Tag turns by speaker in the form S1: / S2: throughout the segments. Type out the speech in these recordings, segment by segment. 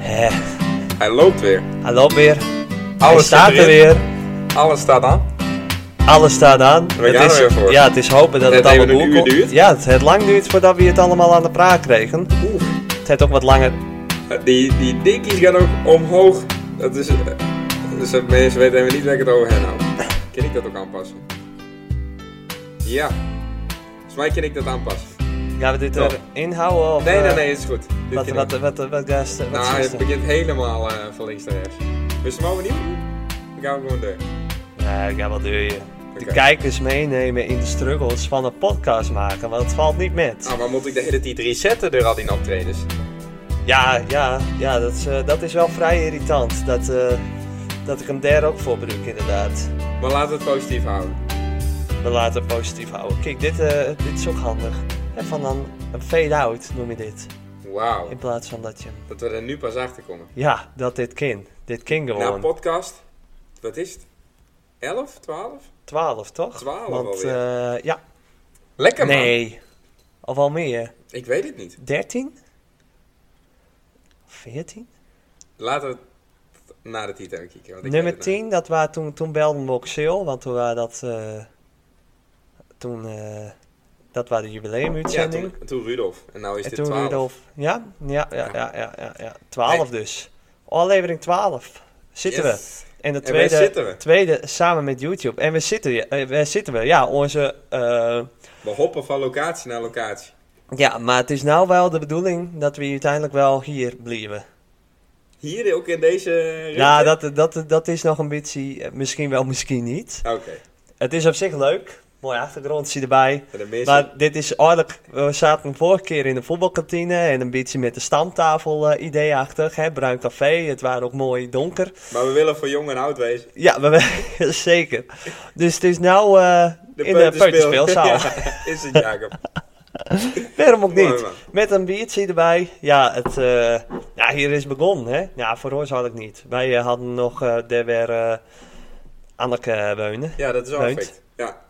S1: Eh,
S2: Hij loopt weer.
S1: hij loopt weer. Hij
S2: Alles
S1: staat
S2: zit
S1: er
S2: erin.
S1: weer.
S2: Alles staat aan.
S1: Alles staat aan.
S2: We gaan er
S1: is,
S2: weer voor.
S1: Ja, het is hopen dat
S2: Het
S1: het,
S2: heeft
S1: allemaal
S2: een
S1: goed
S2: uur
S1: komt.
S2: duurt.
S1: Ja, het, het lang duurt voordat we het allemaal aan de praat kregen.
S2: Oeh.
S1: Het heeft ook wat langer.
S2: Eh, Die, die dinkies gaan ook omhoog. Dat is, eh, dus dat mensen weten helemaal niet waar ik het over hen hou. Kan ik dat ook aanpassen? Ja. Volgens mij kan ik dat aanpassen.
S1: Gaan we dit
S2: Toch.
S1: erin houden? Of,
S2: Oh. Nee, nee,
S1: eh,
S2: nee, het is goed. Dit
S1: Wat,
S2: kan
S1: wat,
S2: ik.
S1: wat, wat, wat, is er- wat
S2: nou,
S1: is
S2: het
S1: er?
S2: begint helemaal eh, van links naar rechts. Dus we mogen niet doen? Dan gaan we gewoon door.
S1: Nee, ik ga wel deur je. De
S2: Oké.
S1: kijkers meenemen in de struggles van een podcast maken, want het valt niet met.
S2: Nou, waar moet ik de hele tijd resetten door al die optredens?
S1: Ja, ja, ja, dat is, eh, dat is wel vrij irritant. Dat, eh, dat ik hem daar ook voor gebruik, inderdaad.
S2: Maar laten we het positief houden.
S1: We laten het positief houden. Kijk, dit, eh, dit is ook handig. En van dan een fade-out noem je dit.
S2: Wauw.
S1: In plaats van dat je... hem-
S2: Dat we er nu pas achter komen.
S1: Ja, dat dit kind. Dit kind
S2: Nou,
S1: gewoon.
S2: podcast. Wat is het? 11, 12?
S1: 12, toch?
S2: 12
S1: Want,
S2: alweer.
S1: eh, ja.
S2: Lekker man.
S1: Nee. Of al meer.
S2: Ik weet het niet.
S1: 13? 14?
S2: Laten we het naar de titel kijken. Want ik weet
S1: Nummer
S2: het nou.
S1: 10, dat waren toen, toen belden we ook Sil, want toen waren dat, eh, toen, eh, dat waren de
S2: Ja,
S1: jubileumuitzending.
S2: toen, toen Rudolf. En nou is
S1: en
S2: dit
S1: toen
S2: 12.
S1: Rudolf. Ja, ja, ja,
S2: Ja.
S1: ja, ja, ja. ja. 12 dus. Aflevering 12 zitten we.
S2: Yes.
S1: En de
S2: En waar
S1: tweede,
S2: zitten we?
S1: tweede samen met YouTube. En we zitten, eh, waar zitten we? Ja, onze, eh,
S2: We hoppen van locatie naar locatie.
S1: ja, maar het is nou wel de bedoeling dat we uiteindelijk wel hier blijven.
S2: Hier ook in deze.
S1: Ja,
S2: ruimte?
S1: Nou, dat, dat, dat is nog een beetje, eh, misschien wel, misschien niet.
S2: Oké.
S1: Het is op zich leuk. Mooi achtergrondje erbij.
S2: En de mensen.
S1: Maar dit is eigenlijk, we zaten vorige keer in de voetbalkantine en een beetje met de stamtafel eh, idee-achtig. Hè? Bruin café, het waren ook mooi donker.
S2: Maar we willen voor jong en oud wezen.
S1: Ja, maar we- zeker. Dus het is nou eh, in de
S2: peuterspeel-
S1: peuterspeelzaal.
S2: Ja, is het Jacob?
S1: Waarom ook
S2: Mooi,
S1: niet?
S2: man.
S1: Met een biertje erbij. Ja, het, eh, ja hier is begonnen. Hè? Ja, voor ons had ik niet. Wij eh, hadden nog eh daar weer eh, Anneke Weunen.
S2: Ja, dat is wel
S1: Leuk.
S2: perfect. Ja,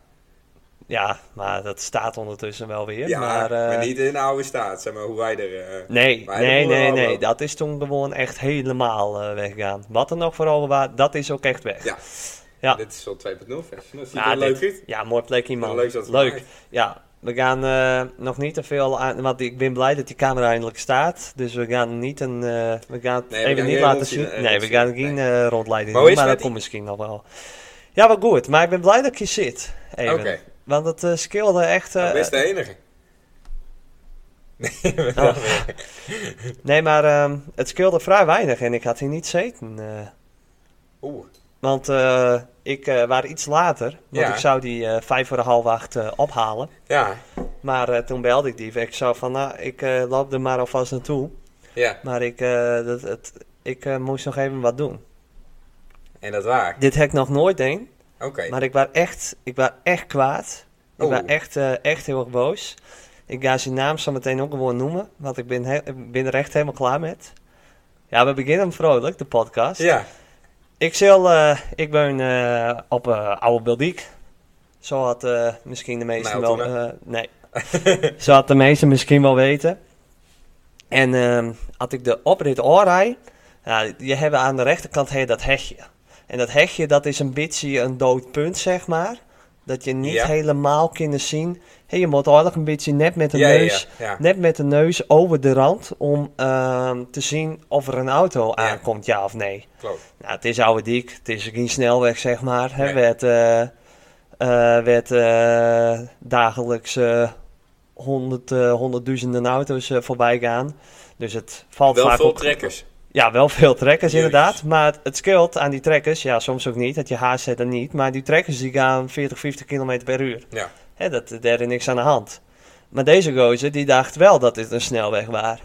S1: Ja, maar dat staat ondertussen wel weer.
S2: ja maar,
S1: maar, eh,
S2: niet in de oude staat, zeg maar, hoe wij er... eh
S1: Nee,
S2: Maar
S1: nee,
S2: de boeren
S1: nee,
S2: allemaal.
S1: nee. Dat is toen gewoon echt helemaal eh, weggegaan. Wat er nog voor over was, dat is ook echt weg.
S2: Ja.
S1: Ja.
S2: Dit is wel 2.0 versie. Dat ziet
S1: Ja,
S2: er leuk
S1: dit-
S2: uit.
S1: Ja, mooi plekje, man.
S2: Ja, leuk dat het
S1: Leuk.
S2: gemaakt.
S1: Ja, we gaan eh, nog niet te veel aan... Want ik ben blij dat die camera eindelijk staat. Dus we gaan niet een... eh, we gaan het
S2: Nee, we
S1: even
S2: gaan
S1: niet
S2: geen
S1: laten
S2: rondzien-
S1: zien.
S2: eh,
S1: nee, we gaan
S2: rondzien.
S1: geen eh, rondleiding
S2: Maar
S1: doen.
S2: hoe is
S1: Maar dat
S2: het met
S1: komt misschien nog wel. Ja, wel goed. Maar ik ben blij dat ik hier zit. Even.
S2: Oké,
S1: Want het eh, skilde echt... eh,
S2: nou, best de enige. Nee,
S1: Oh. nee, maar ehm, het skilde vrij weinig. En ik had hier niet zeten. eh.
S2: Oeh,
S1: Want eh, ik eh was iets later, want
S2: Ja.
S1: ik zou die eh, vijf voor de half acht eh, ophalen.
S2: ja,
S1: Maar eh, toen belde ik die. Ik zou van, nou, ik eh, loop er maar alvast naartoe.
S2: ja.
S1: Maar ik, eh, dat, het, ik eh, moest nog even wat doen.
S2: En dat waar.
S1: Dit heb ik nog nooit deed,
S2: Oké.
S1: maar ik was echt, ik was echt kwaad. Ik
S2: Oeh.
S1: was echt, eh, echt heel erg boos. Ik ga zijn naam zo meteen ook gewoon noemen, want ik ben, he- ik ben er echt helemaal klaar met. Ja, we beginnen vrolijk, de podcast.
S2: Ja,
S1: Ik, zal, eh, ik ben eh, op eh, Oude Beldiek. Zo had eh, misschien de meesten
S2: Nou,
S1: wel... eh, nee. Zo had de meesten misschien wel weten. En ehm, had ik de oprit oorrij. Nou, je hebt aan de rechterkant heb je dat hegje. En dat hegje, dat is een beetje een dood punt, zeg maar. Dat je niet
S2: Ja.
S1: helemaal kunnen zien. Hey, je moet eigenlijk een beetje net met de
S2: ja, ja,
S1: neus...
S2: ja, ja.
S1: Net met de neus over de rand om ehm, te zien of er een auto aankomt, ja of nee.
S2: klopt.
S1: Nou, het is oude diek, het is geen snelweg, zeg maar. Hè.
S2: Nee.
S1: Werd, eh, eh, werd eh, dagelijks eh, honderd, eh, honderdduizenden auto's eh, voorbij gaan. Dus het valt
S2: Wel
S1: vaak
S2: veel
S1: op-
S2: trekkers.
S1: Ja, wel veel trekkers
S2: Jezus.
S1: inderdaad. Maar het, het scheelt aan die trekkers, ja, soms ook niet, dat je haast hebt en niet. Maar die trekkers die gaan 40, 50 km per uur.
S2: Ja.
S1: Hè, dat, daar is niks aan de hand. Maar deze gozer, die dacht wel dat dit een snelweg was.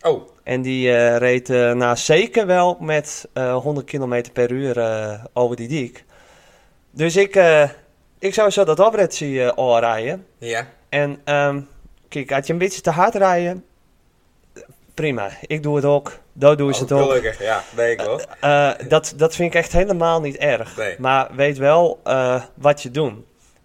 S2: Oh,
S1: En die eh, reed eh, nou zeker wel met eh, 100 km per uur eh, over die diek. Dus ik, eh, ik zou zo dat oprit zien eh, oorrijden.
S2: ja.
S1: En ehm, kijk, had je een beetje te hard rijden, prima. Ik doe het ook. Dat doe
S2: Oh,
S1: je het ook.
S2: Gelukkig, ja, weet ik wel.
S1: Eh, dat, dat vind ik echt helemaal niet erg.
S2: Nee.
S1: Maar weet wel eh, wat je doet.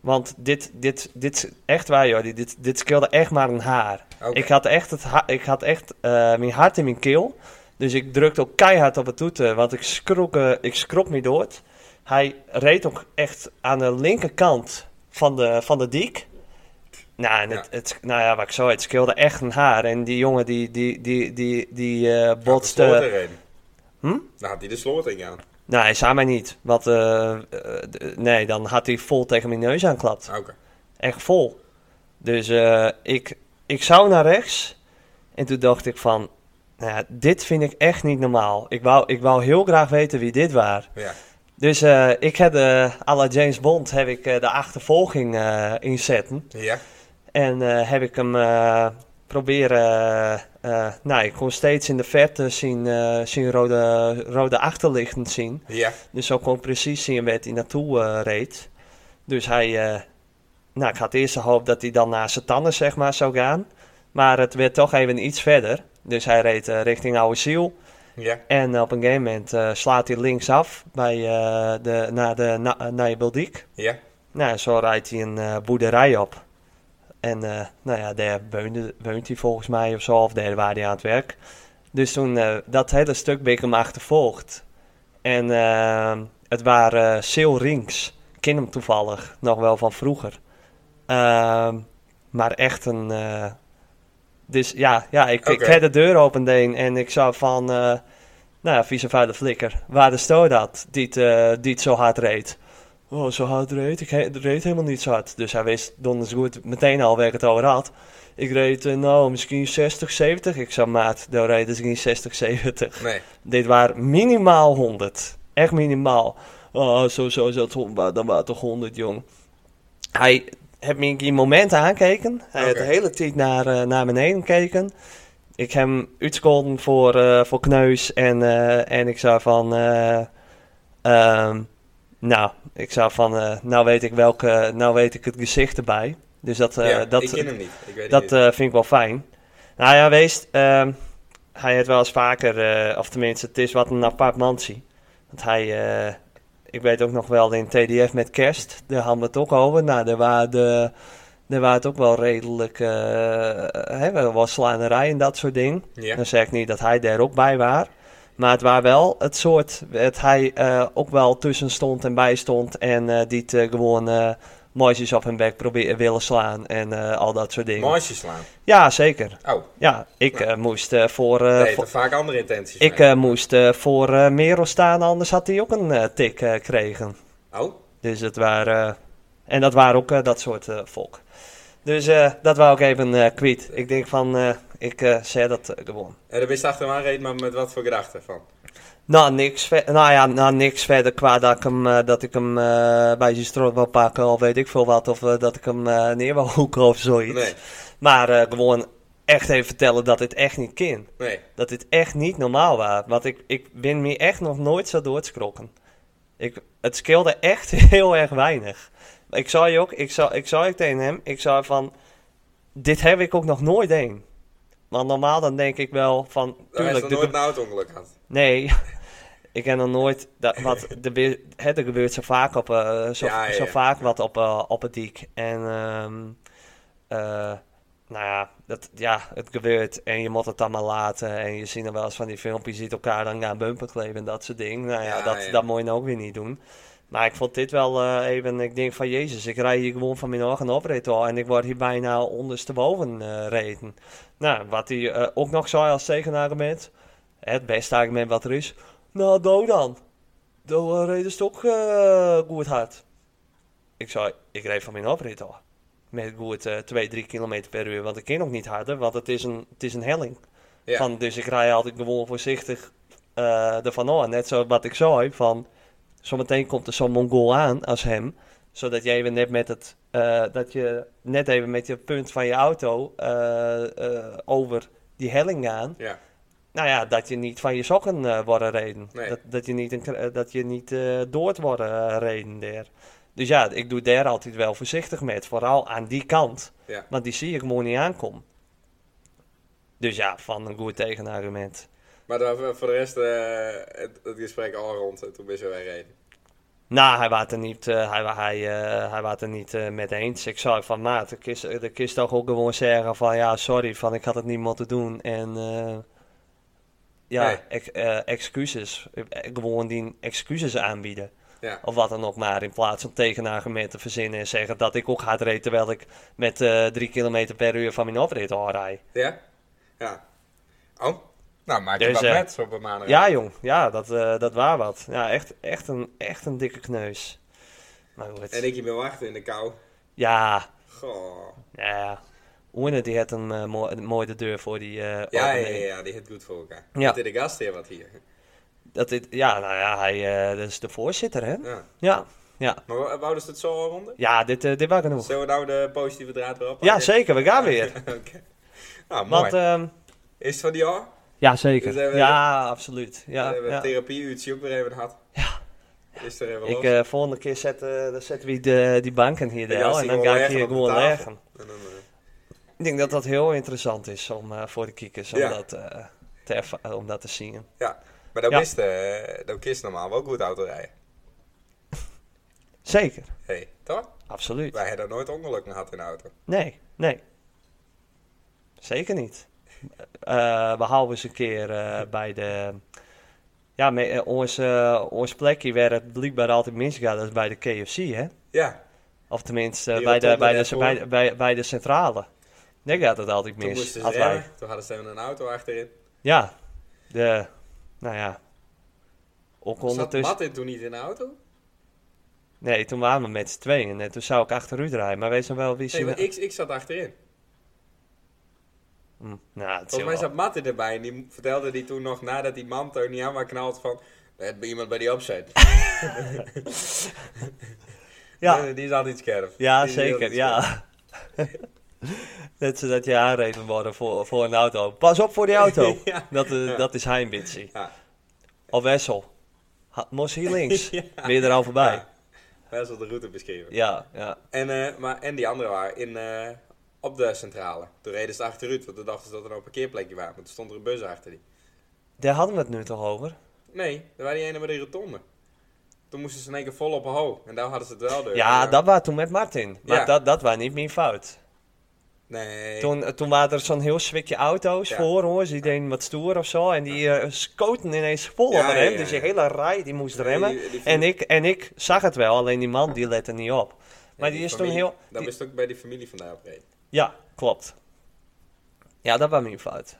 S1: Want dit, dit, dit is echt waar, joh. Dit, dit scheelde echt maar een haar.
S2: Oké.
S1: Ik had echt, het ha- ik had echt eh, mijn hart in mijn keel. Dus ik drukte ook keihard op het toeter, want ik schrok, eh, ik schrok me dood. Hij reed ook echt aan de linkerkant van de, van de diek. Nou, en het, het, nou ja, wat ik zo, het scheelde echt een haar. En die jongen die, die, die, die, die eh, botste...
S2: Had de sloot erin.
S1: Hm?
S2: Dan had hij de sloot in gaan.
S1: Nee, Nou, hij zei mij niet. Want, eh, eh, d- nee, dan had hij vol tegen mijn neus aanklapt.
S2: Oké.
S1: Echt vol. Dus eh, ik, ik zou naar rechts. En toen dacht ik van... Nou, ja, dit vind ik echt niet normaal. Ik wou, ik wou heel graag weten wie dit was.
S2: Ja.
S1: Dus eh, ik heb de, à la James Bond heb ik eh, de achtervolging eh inzetten.
S2: Ja.
S1: En eh, heb ik hem eh, proberen... eh, eh, nou, ik kon steeds in de verte zien, eh, zien rode, rode achterlichten zien.
S2: Ja.
S1: Dus ook gewoon precies zien waar hij naartoe eh, reed. Dus hij, eh, nou, ik had eerst de hoop dat hij dan naar zijn tanden zeg maar zou gaan. Maar het werd toch even iets verder. Dus hij reed eh, richting Oude Ziel.
S2: Ja.
S1: En op een gegeven moment eh, slaat hij linksaf bij, eh, de, naar de na, eh, Nijbeldijk.
S2: Ja.
S1: Nou, en zo rijdt hij een eh, boerderij op. En eh, nou ja, daar woonde, woont hij volgens mij of zo, of daar waar hij aan het werk. Dus toen eh, dat hele stuk ben ik hem achtervolgd. En eh, het waren eh Sil Rings. Ik ken hem toevallig nog wel van vroeger. Ehm, maar echt een. eh, dus ja, ja ik, ik
S2: Oké.
S1: had de deur opendeen en ik zou van. eh, nou ja, vieze vuile flikker. Waar de sto dat? Die het, eh, die het zo hard reed. Oh, zo hard reed? Ik he- reed helemaal niet zo hard. Dus hij wist donders goed meteen al waar ik het over had. Ik reed, eh, nou, misschien 60, 70. Ik zou maat, daar reed dus geen 60, 70.
S2: Nee.
S1: Dit waren minimaal 100. Echt minimaal. Oh, zo, zo, zo, toen wa- dan waren het toch 100, jong. Hij heeft me in die momenten aankeken. Hij heeft
S2: Oké.
S1: de hele tijd naar, eh, naar beneden gekeken. Ik heb hem uitscolden voor, eh, voor kneus. En, eh, en ik zei van... eh, ehm, nou, ik zei van... eh, nou, weet ik welke, nou weet ik het gezicht erbij. Dus dat, eh,
S2: ja.
S1: dat,
S2: ik ken hem niet. Ik weet
S1: dat
S2: het niet.
S1: eh, vind ik wel fijn. Nou ja, wees, ehm, hij heeft wel eens vaker, eh, of tenminste, het is wat een apart mansie. Want hij, eh, ik weet ook nog wel in TDF met kerst, daar hadden we het ook over. Nou, daar waren, de, daar waren het ook wel redelijk, eh hè, wel wat slanerijen en dat soort dingen.
S2: ja.
S1: Dan zeg ik niet eh, dat hij daar ook bij was. Maar het was wel het soort dat hij eh, ook wel tussen stond en bij stond. En eh die het, eh, gewoon eh mooisjes op hun bek proberen willen slaan. En eh, al dat soort dingen.
S2: Marsje slaan.
S1: Ja, zeker.
S2: Oh.
S1: Ja, ik eh, moest eh, voor... eh,
S2: Nee,
S1: voor-
S2: er vaak andere intenties.
S1: ik
S2: mee.
S1: eh, moest eh, voor eh, Merel staan, anders had hij ook een eh, tik eh kregen.
S2: Oh.
S1: Dus het waren... eh, en dat waren ook eh, dat soort eh, volk. Dus eh, dat wou ik even eh kwijt. Ik denk van, eh, ik eh, zei dat eh, gewoon.
S2: En dan ben je achter hem aangereden, maar met wat voor gedachten van?
S1: Nou, niks, ver- nou ja, nou, niks verder qua dat ik hem, eh, dat ik hem eh, bij zijn strot wil pakken of weet ik veel wat. Of eh, dat ik hem eh, neer wil hoeken of zoiets.
S2: Nee.
S1: Maar eh, gewoon echt even vertellen dat dit echt niet kan.
S2: Nee.
S1: Dat dit echt niet normaal was. Want ik, ik ben me echt nog nooit zo doortskrokken. Ik, het scheelde echt heel erg weinig. Ik zei je ook, ik zei, ik zei ook tegen hem, ik zei van, dit heb ik ook nog nooit een. Want normaal dan denk ik wel van,
S2: Hij is
S1: tuurlijk,
S2: nog
S1: er
S2: nooit een auto-ongeluk gehad.
S1: Nee, ik heb nog nooit. Dat, wat, er, be- het, er gebeurt zo vaak, op, eh, zo,
S2: Ja, ja,
S1: zo
S2: ja.
S1: vaak wat op, eh, op het dik. En ehm, eh, nou ja, dat, ja, het gebeurt en je moet het dan maar laten. En je ziet er wel eens van die filmpjes, je ziet elkaar dan aan bumper kleven en dat soort dingen. Nou ja,
S2: Ja,
S1: dat,
S2: ja.
S1: dat moet je nou ook weer niet doen. Maar ik vond dit wel eh, even, ik denk van jezus, ik rij hier gewoon van mijn ogen op, reed al. En ik word hier bijna ondersteboven eh reden. Nou, wat hij eh, ook nog zei als tegenargument, het beste argument wat er is. Nou, doe dan. Dan reed de stok eh, goed hard. Ik zei, ik reed van mijn oprit al. Met goed eh 2, 3 kilometer per uur. Want ik ken nog niet harder, want het is een, het is een helling.
S2: Ja.
S1: Van, dus ik rij altijd gewoon voorzichtig eh ervan aan. Net zoals wat ik zei, van... Zometeen komt er zo'n Mongool aan als hem. Zodat je even net met het... eh, dat je net even met je punt van je auto eh, eh, over die helling gaan.
S2: Ja.
S1: Nou ja, dat je niet van je sokken eh worden reden.
S2: Nee.
S1: Dat, dat je niet, een, kra- eh, dat je niet eh doord worden eh, reden daar. Dus ja, ik doe daar altijd wel voorzichtig met. Vooral aan die kant.
S2: Ja.
S1: Want die zie ik gewoon niet aankomen. Dus ja, van een goed tegenargument.
S2: Maar dan, voor de rest eh, het, het gesprek al rond. En toen ben je weggereden.
S1: Nou, hij was er niet, eh, hij, wa- hij, eh, hij was er niet eh, mee eens. Ik zei van, nou, maat, ik is, ik is toch ook gewoon zeggen van... Ja, sorry, van ik had het niet moeten doen. En eh, ja,
S2: Nee.
S1: ex- eh, excuses. eh, Gewoon die excuses aanbieden.
S2: Ja.
S1: Of wat dan ook maar. In plaats van tegenargumenten te verzinnen en zeggen dat ik ook hard reed terwijl ik met eh 3 km per uur van mijn oprit rijd.
S2: Ja? Ja. Oh, nou maak je
S1: Dus,
S2: wat
S1: eh,
S2: met op een maandag.
S1: Ja, jong. Ja, dat, eh, dat waar wat. Ja, echt, echt, een, echt een dikke kneus. Maar goed.
S2: En ik hier ben wachten in de kou.
S1: Ja, Oh,
S2: Goh.
S1: ja. Oene die had een eh, mooi, mooi de deur voor die... eh,
S2: Ja, ja,
S1: opening.
S2: ja, ja, die heeft goed voor elkaar.
S1: Ja.
S2: Ja. Dit de gast hier wat hier.
S1: Dat dit, ja, nou ja, hij eh, dat is de voorzitter, hè?
S2: Ja.
S1: Ja, ja.
S2: Maar wou- wouden ze het zo al ronden?
S1: Ja, dit, eh, dit was genoeg.
S2: Zullen we nou de positieve draad weer oppakken?
S1: Ja, zeker. We gaan weer.
S2: Oké. Nou, mooi.
S1: Want, ehm,
S2: Is het van die jaar?
S1: ja, zeker.
S2: Dus hebben-
S1: ja, absoluut.
S2: Ja,
S1: Ja,
S2: hebben
S1: ja.
S2: therapieuurtje ook weer even gehad.
S1: Ja.
S2: Is er even los?
S1: Ik, eh, volgende keer zetten, dan zetten we de, die banken hier
S2: Dan
S1: daar
S2: gaan ze
S1: en dan
S2: gewoon
S1: ga ik
S2: leggen
S1: hier
S2: op de
S1: gewoon
S2: tafel.
S1: leggen.
S2: En dan, eh,
S1: Ik denk dat dat heel interessant is om, eh, voor de kijkers om,
S2: Ja.
S1: dat, eh, te erva- om dat te zien.
S2: ja. Maar dan
S1: Ja.
S2: wist eh, dan kist normaal wel goed autorijden.
S1: Zeker,
S2: hey, toch?
S1: absoluut.
S2: Wij hebben nooit ongelukken gehad in de auto.
S1: Nee, nee. Zeker niet. Eh, behalve eens een keer eh, bij de... Ja, me, eh, ons, eh, ons plekje waar het blijkbaar altijd misgaat, dat is bij de KFC, hè?
S2: Ja,
S1: Of tenminste, eh,
S2: Die
S1: bij, de,
S2: rotonde
S1: bij, de, bij,
S2: daarvoor.
S1: bij, bij de centrale. Daar gaat het altijd
S2: toen
S1: mis.
S2: moesten ze
S1: als wij-
S2: remmen. Toen hadden ze even een auto achterin.
S1: Ja, de... Nou ja. Ook
S2: Zat
S1: ondertussen...
S2: Martin toen niet in de auto?
S1: Nee, toen waren we met z'n tweeën en toen zou ik achter u draaien. Maar wees dan wel wie ze...
S2: Nee, maar ik, ik zat achterin.
S1: Hm, nou, het is
S2: Volgens mij
S1: wel-
S2: zat Martin erbij en die vertelde die toen nog nadat die man Tony niet aan maar knalt van... "Er heeft bij iemand bij die opzet.
S1: Ja,
S2: Eh, Die, die is altijd scherp.
S1: Ja,
S2: Die is altijd
S1: zeker, ja.
S2: scherp.
S1: Net zodat je aanreden worden voor, voor een auto. Pas op voor die auto.
S2: Ja.
S1: dat, eh,
S2: Ja.
S1: dat is Heimbitsie.
S2: Ja.
S1: Of Wessel. Ha, Mos hier links. Ben je er al voorbij?
S2: Ja. Wij zullen de route beschreven.
S1: Ja, ja.
S2: En, eh, maar, en die andere waren in, eh, op de centrale. Toen reden ze achteruit, want toen dachten ze dat er nou een parkeerplekje was. Maar toen stond er een bus achter die.
S1: Daar hadden we het nu toch over?
S2: Nee, er waren die ene met die rotonde. Toen moesten ze in één keer vol op een ho. En daar hadden ze het wel door.
S1: Ja,
S2: En, eh,
S1: dat was toen met Martin. Maar
S2: Ja.
S1: dat, dat was niet mijn fout.
S2: Nee.
S1: Toen, eh, toen waren er zo'n heel zwikje auto's
S2: Ja.
S1: voor ons. Die deden wat stoer of zo. En die eh, scoten ineens vol
S2: Ja,
S1: op hem.
S2: ja, ja,
S1: Dus
S2: ja.
S1: die hele rij die moest
S2: Nee,
S1: remmen.
S2: die- die-
S1: en, ik, en ik zag het wel. Alleen die man die lette niet op. Maar die, is toen
S2: familie-
S1: heel...
S2: Dat
S1: die-
S2: wist ook bij die familie vandaag op reed.
S1: Ja, klopt. Ja, dat was mijn fout.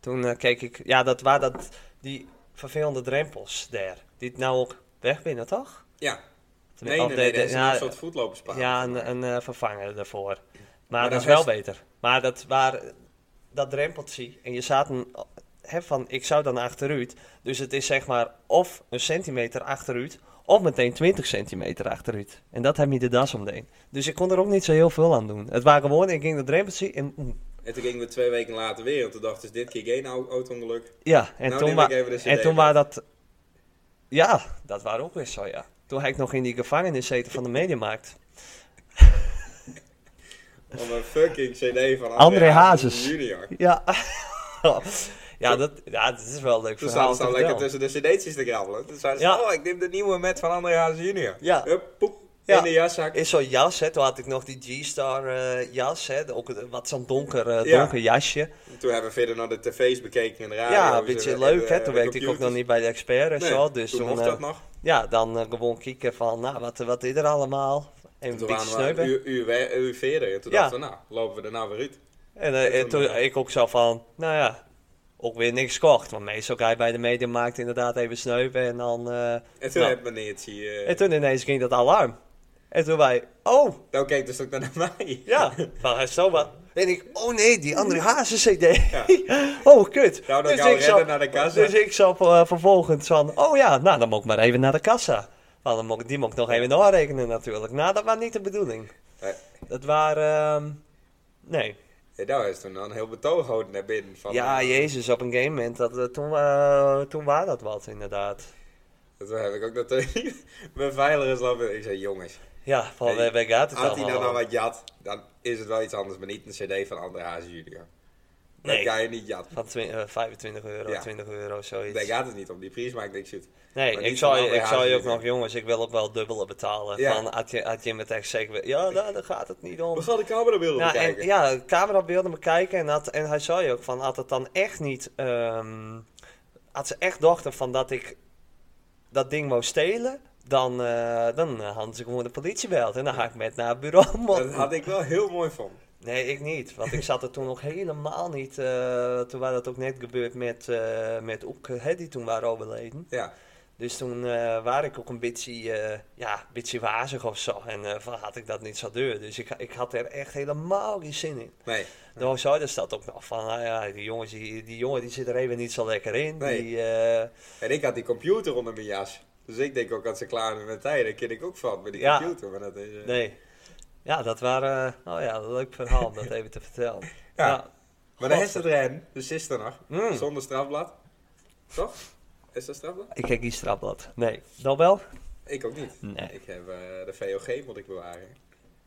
S1: Toen eh, keek ik... Ja, dat waren dat, die vervelende drempels daar. Die het nou ook weg binnen, toch?
S2: Ja.
S1: Tenmin-
S2: Nee, nee,
S1: of
S2: nee,
S1: de- de-
S2: dat is
S1: ja,
S2: een soort voetloperspaan.
S1: Ja, een, een eh, vervanger daarvoor. Maar, dat
S2: dat
S1: is wel
S2: is-
S1: beter. Maar dat waar dat drempeltje en je zat een, hè, van ik zou dan achteruit. Dus het is zeg maar of een centimeter achteruit of meteen 20 centimeter achteruit. En dat heb je de das omdeen. Dus ik kon er ook niet zo heel veel aan doen. Het waren gewoon, ik ging dat drempeltje en mm,
S2: En toen gingen we twee weken later weer. En toen dachten ze dit keer geen au- auto-ongeluk.
S1: ja, en
S2: Nou,
S1: toen,
S2: neem
S1: wa-
S2: ik even de CD
S1: en toen
S2: mee.
S1: was dat. Ja, dat waren ook weer zo, ja. Toen heb ik nog in die gevangenis zeten van de Mediamarkt.
S2: Om een fucking cd van André,
S1: André Hazes.
S2: Junior.
S1: Ja. ja, dat, ja, dat is wel een leuk
S2: Toen
S1: verhaal.
S2: zaten
S1: te
S2: ze al lekker
S1: vertellen.
S2: tussen de cd'tjes te grabbelen. Toen zeiden ze,
S1: Ja.
S2: oh, ik neem de nieuwe met van André Hazes junior.
S1: Ja.
S2: Hup, poep,
S1: Ja.
S2: in de jaszak.
S1: In zo'n jas, hè, toen had ik nog die G-Star eh, jas, hè, ook het- wat zo'n donker, eh,
S2: Ja.
S1: donker jasje.
S2: Toen hebben we verder naar de tv's bekeken en de radio.
S1: ja, een
S2: Dus,
S1: beetje
S2: eh,
S1: leuk,
S2: en,
S1: hè.
S2: eh,
S1: Toen werkte ik ook nog
S2: computers.
S1: niet bij de expert en
S2: Nee,
S1: zo. Dus
S2: toen
S1: toen,
S2: mocht
S1: eh,
S2: dat nog.
S1: ja, dan eh, gewoon kijken van, nou, wat, wat is er allemaal? En een
S2: Toen
S1: beetje
S2: waren we een
S1: sneuben.
S2: uur, uur, we- een uur verder. En toen
S1: Ja.
S2: dachten we, nou, lopen we daarna weer uit.
S1: En, eh, en
S2: toen,
S1: toen
S2: eh,
S1: ik ook zo van, nou ja, ook weer niks kocht. Want meestal ga je bij de mediamarkt inderdaad even sneuven en dan... eh,
S2: En toen
S1: nou.
S2: heb meneertje... eh,
S1: En toen ineens ging dat alarm. En toen wij, oh,
S2: Nou keek dus ook naar mij.
S1: ja, van hij zo wat. En ik, oh nee, die André Hazen CD.
S2: Ja.
S1: Oh, kut.
S2: Nou, dan gaan we
S1: zat-
S2: redden naar de kassa.
S1: Dus ik zat eh, vervolgens van, oh ja, nou dan moet ik maar even naar de kassa. Want dan moet ik- die moet ik nog even doorrekenen natuurlijk. Nou, dat was niet de bedoeling.
S2: Nee.
S1: Dat waren, ehm, nee.
S2: En daar is toen dan een heel betoog gehouden naar binnen. Van,
S1: Ja,
S2: eh,
S1: jezus, op een game moment, dat, eh, toen, eh, toen was dat wat inderdaad.
S2: Toen heb ik ook dat eh, beveiligers lopen. Ik zei, jongens,
S1: Ja, van
S2: Hey,
S1: waar waar gaat het
S2: Had hij
S1: allemaal
S2: nou nou
S1: om?
S2: wat jat, dan is het wel iets anders, maar niet een cd van André Hazes junior. Dat
S1: Nee.
S2: ga je niet jat.
S1: Van twi- eh, 25 euro,
S2: Ja.
S1: 20 euro, zoiets.
S2: Daar gaat het niet om, die prijs maakt niks uit.
S1: Nee,
S2: Maar
S1: ik
S2: niet
S1: zou,
S2: van alle
S1: ik zou je ook
S2: huizen.
S1: nog, jongens, ik wil ook wel dubbele betalen.
S2: Ja.
S1: Van, had je, had je met echt zeker... we- Ja, daar, daar gaat het niet om.
S2: We gaan de camerabeelden
S1: Nou,
S2: bekijken.
S1: en, ja, camerabeelden bekijken. En, had, en hij zei ook van, had het dan echt niet... ehm, Had ze echt dachten van dat ik dat ding wou stelen, dan, eh dan eh, hadden ze gewoon de politie belt. En dan ga ik met naar het bureau. man.
S2: Dat had ik wel heel mooi van.
S1: Nee, ik niet. Want ik zat er toen nog helemaal niet. eh, toen was dat ook net gebeurd met, eh met Oepke, hè, die toen waren overleden.
S2: Ja.
S1: Dus toen eh was ik ook een beetje, eh, ja, een beetje wazig of zo. En eh, van had ik dat niet zo deur. Dus ik, ik had er echt helemaal geen zin in.
S2: Nee.
S1: De hoofdzuider staat ook nog van, nou ja, die, jongens, die, die jongen die zit er even niet zo lekker in.
S2: Nee.
S1: Die, eh,
S2: En ik had die computer onder mijn jas. Dus ik denk ook dat ze klaar zijn met tijd. Daar ken ik ook van, met die
S1: Ja.
S2: computer. Maar dat is, eh,
S1: nee. Ja, dat waren, eh, nou ja, een leuk verhaal om dat even te vertellen. Nou,
S2: Ja.
S1: Ja.
S2: Maar dan is ze erin, de sister nog.
S1: Mm.
S2: Zonder strafblad. Toch? Is dat strafblad?
S1: Ik kijk niet strafblad. Nee. Dan wel?
S2: Ik ook niet.
S1: Nee.
S2: Ik heb eh, de VOG moet ik bewaren.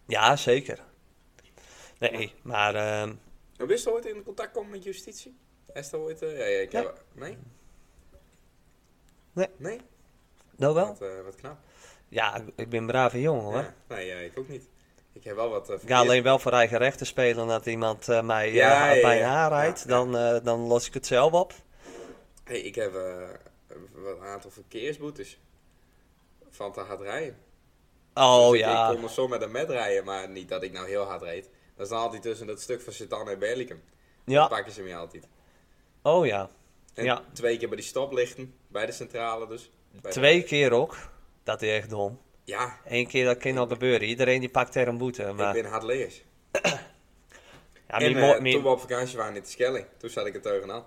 S1: Ja, zeker. Nee, maar ehm,
S2: En wist je ooit in contact komen met justitie? Is dat ooit... eh, ja, ja, ik
S1: Nee.
S2: heb... Nee?
S1: Nee.
S2: Nee?
S1: dan wel?
S2: Wat, eh, wat knap.
S1: Ja, ik- ik ben een brave jongen hoor.
S2: Ja. Nee, ja, ik ook niet. Ik heb wel wat... eh,
S1: Ik ga alleen wel voor eigen rechten spelen dat iemand eh, mij eh,
S2: Ja, ja,
S1: bij
S2: ja.
S1: haar rijdt.
S2: Ja, ja.
S1: Dan, eh, dan los ik het zelf op.
S2: Hey, ik heb eh, wel een aantal verkeersboetes. Van te hard rijden.
S1: Oh
S2: Dus ik-
S1: ja.
S2: Ik kon er zo met een met rijden, maar niet dat ik nou heel hard reed. Dat is dan altijd tussen dat stuk van Sedan en Berlicum. Dan
S1: ja.
S2: pakken ze me altijd.
S1: Oh ja.
S2: En
S1: Ja.
S2: twee keer bij die stoplichten, bij de centrale dus. Bij de-
S1: Twee keer ook. Dat is echt dom.
S2: Ja,
S1: Eén keer dat kan al gebeuren. Iedereen die pakt er een boete. Maar,
S2: ik ben hard leers.
S1: ja,
S2: en
S1: mijn
S2: eh,
S1: mo- mijn-
S2: toen we op vakantie waren in de Schelling, toen zat ik er tegenaan.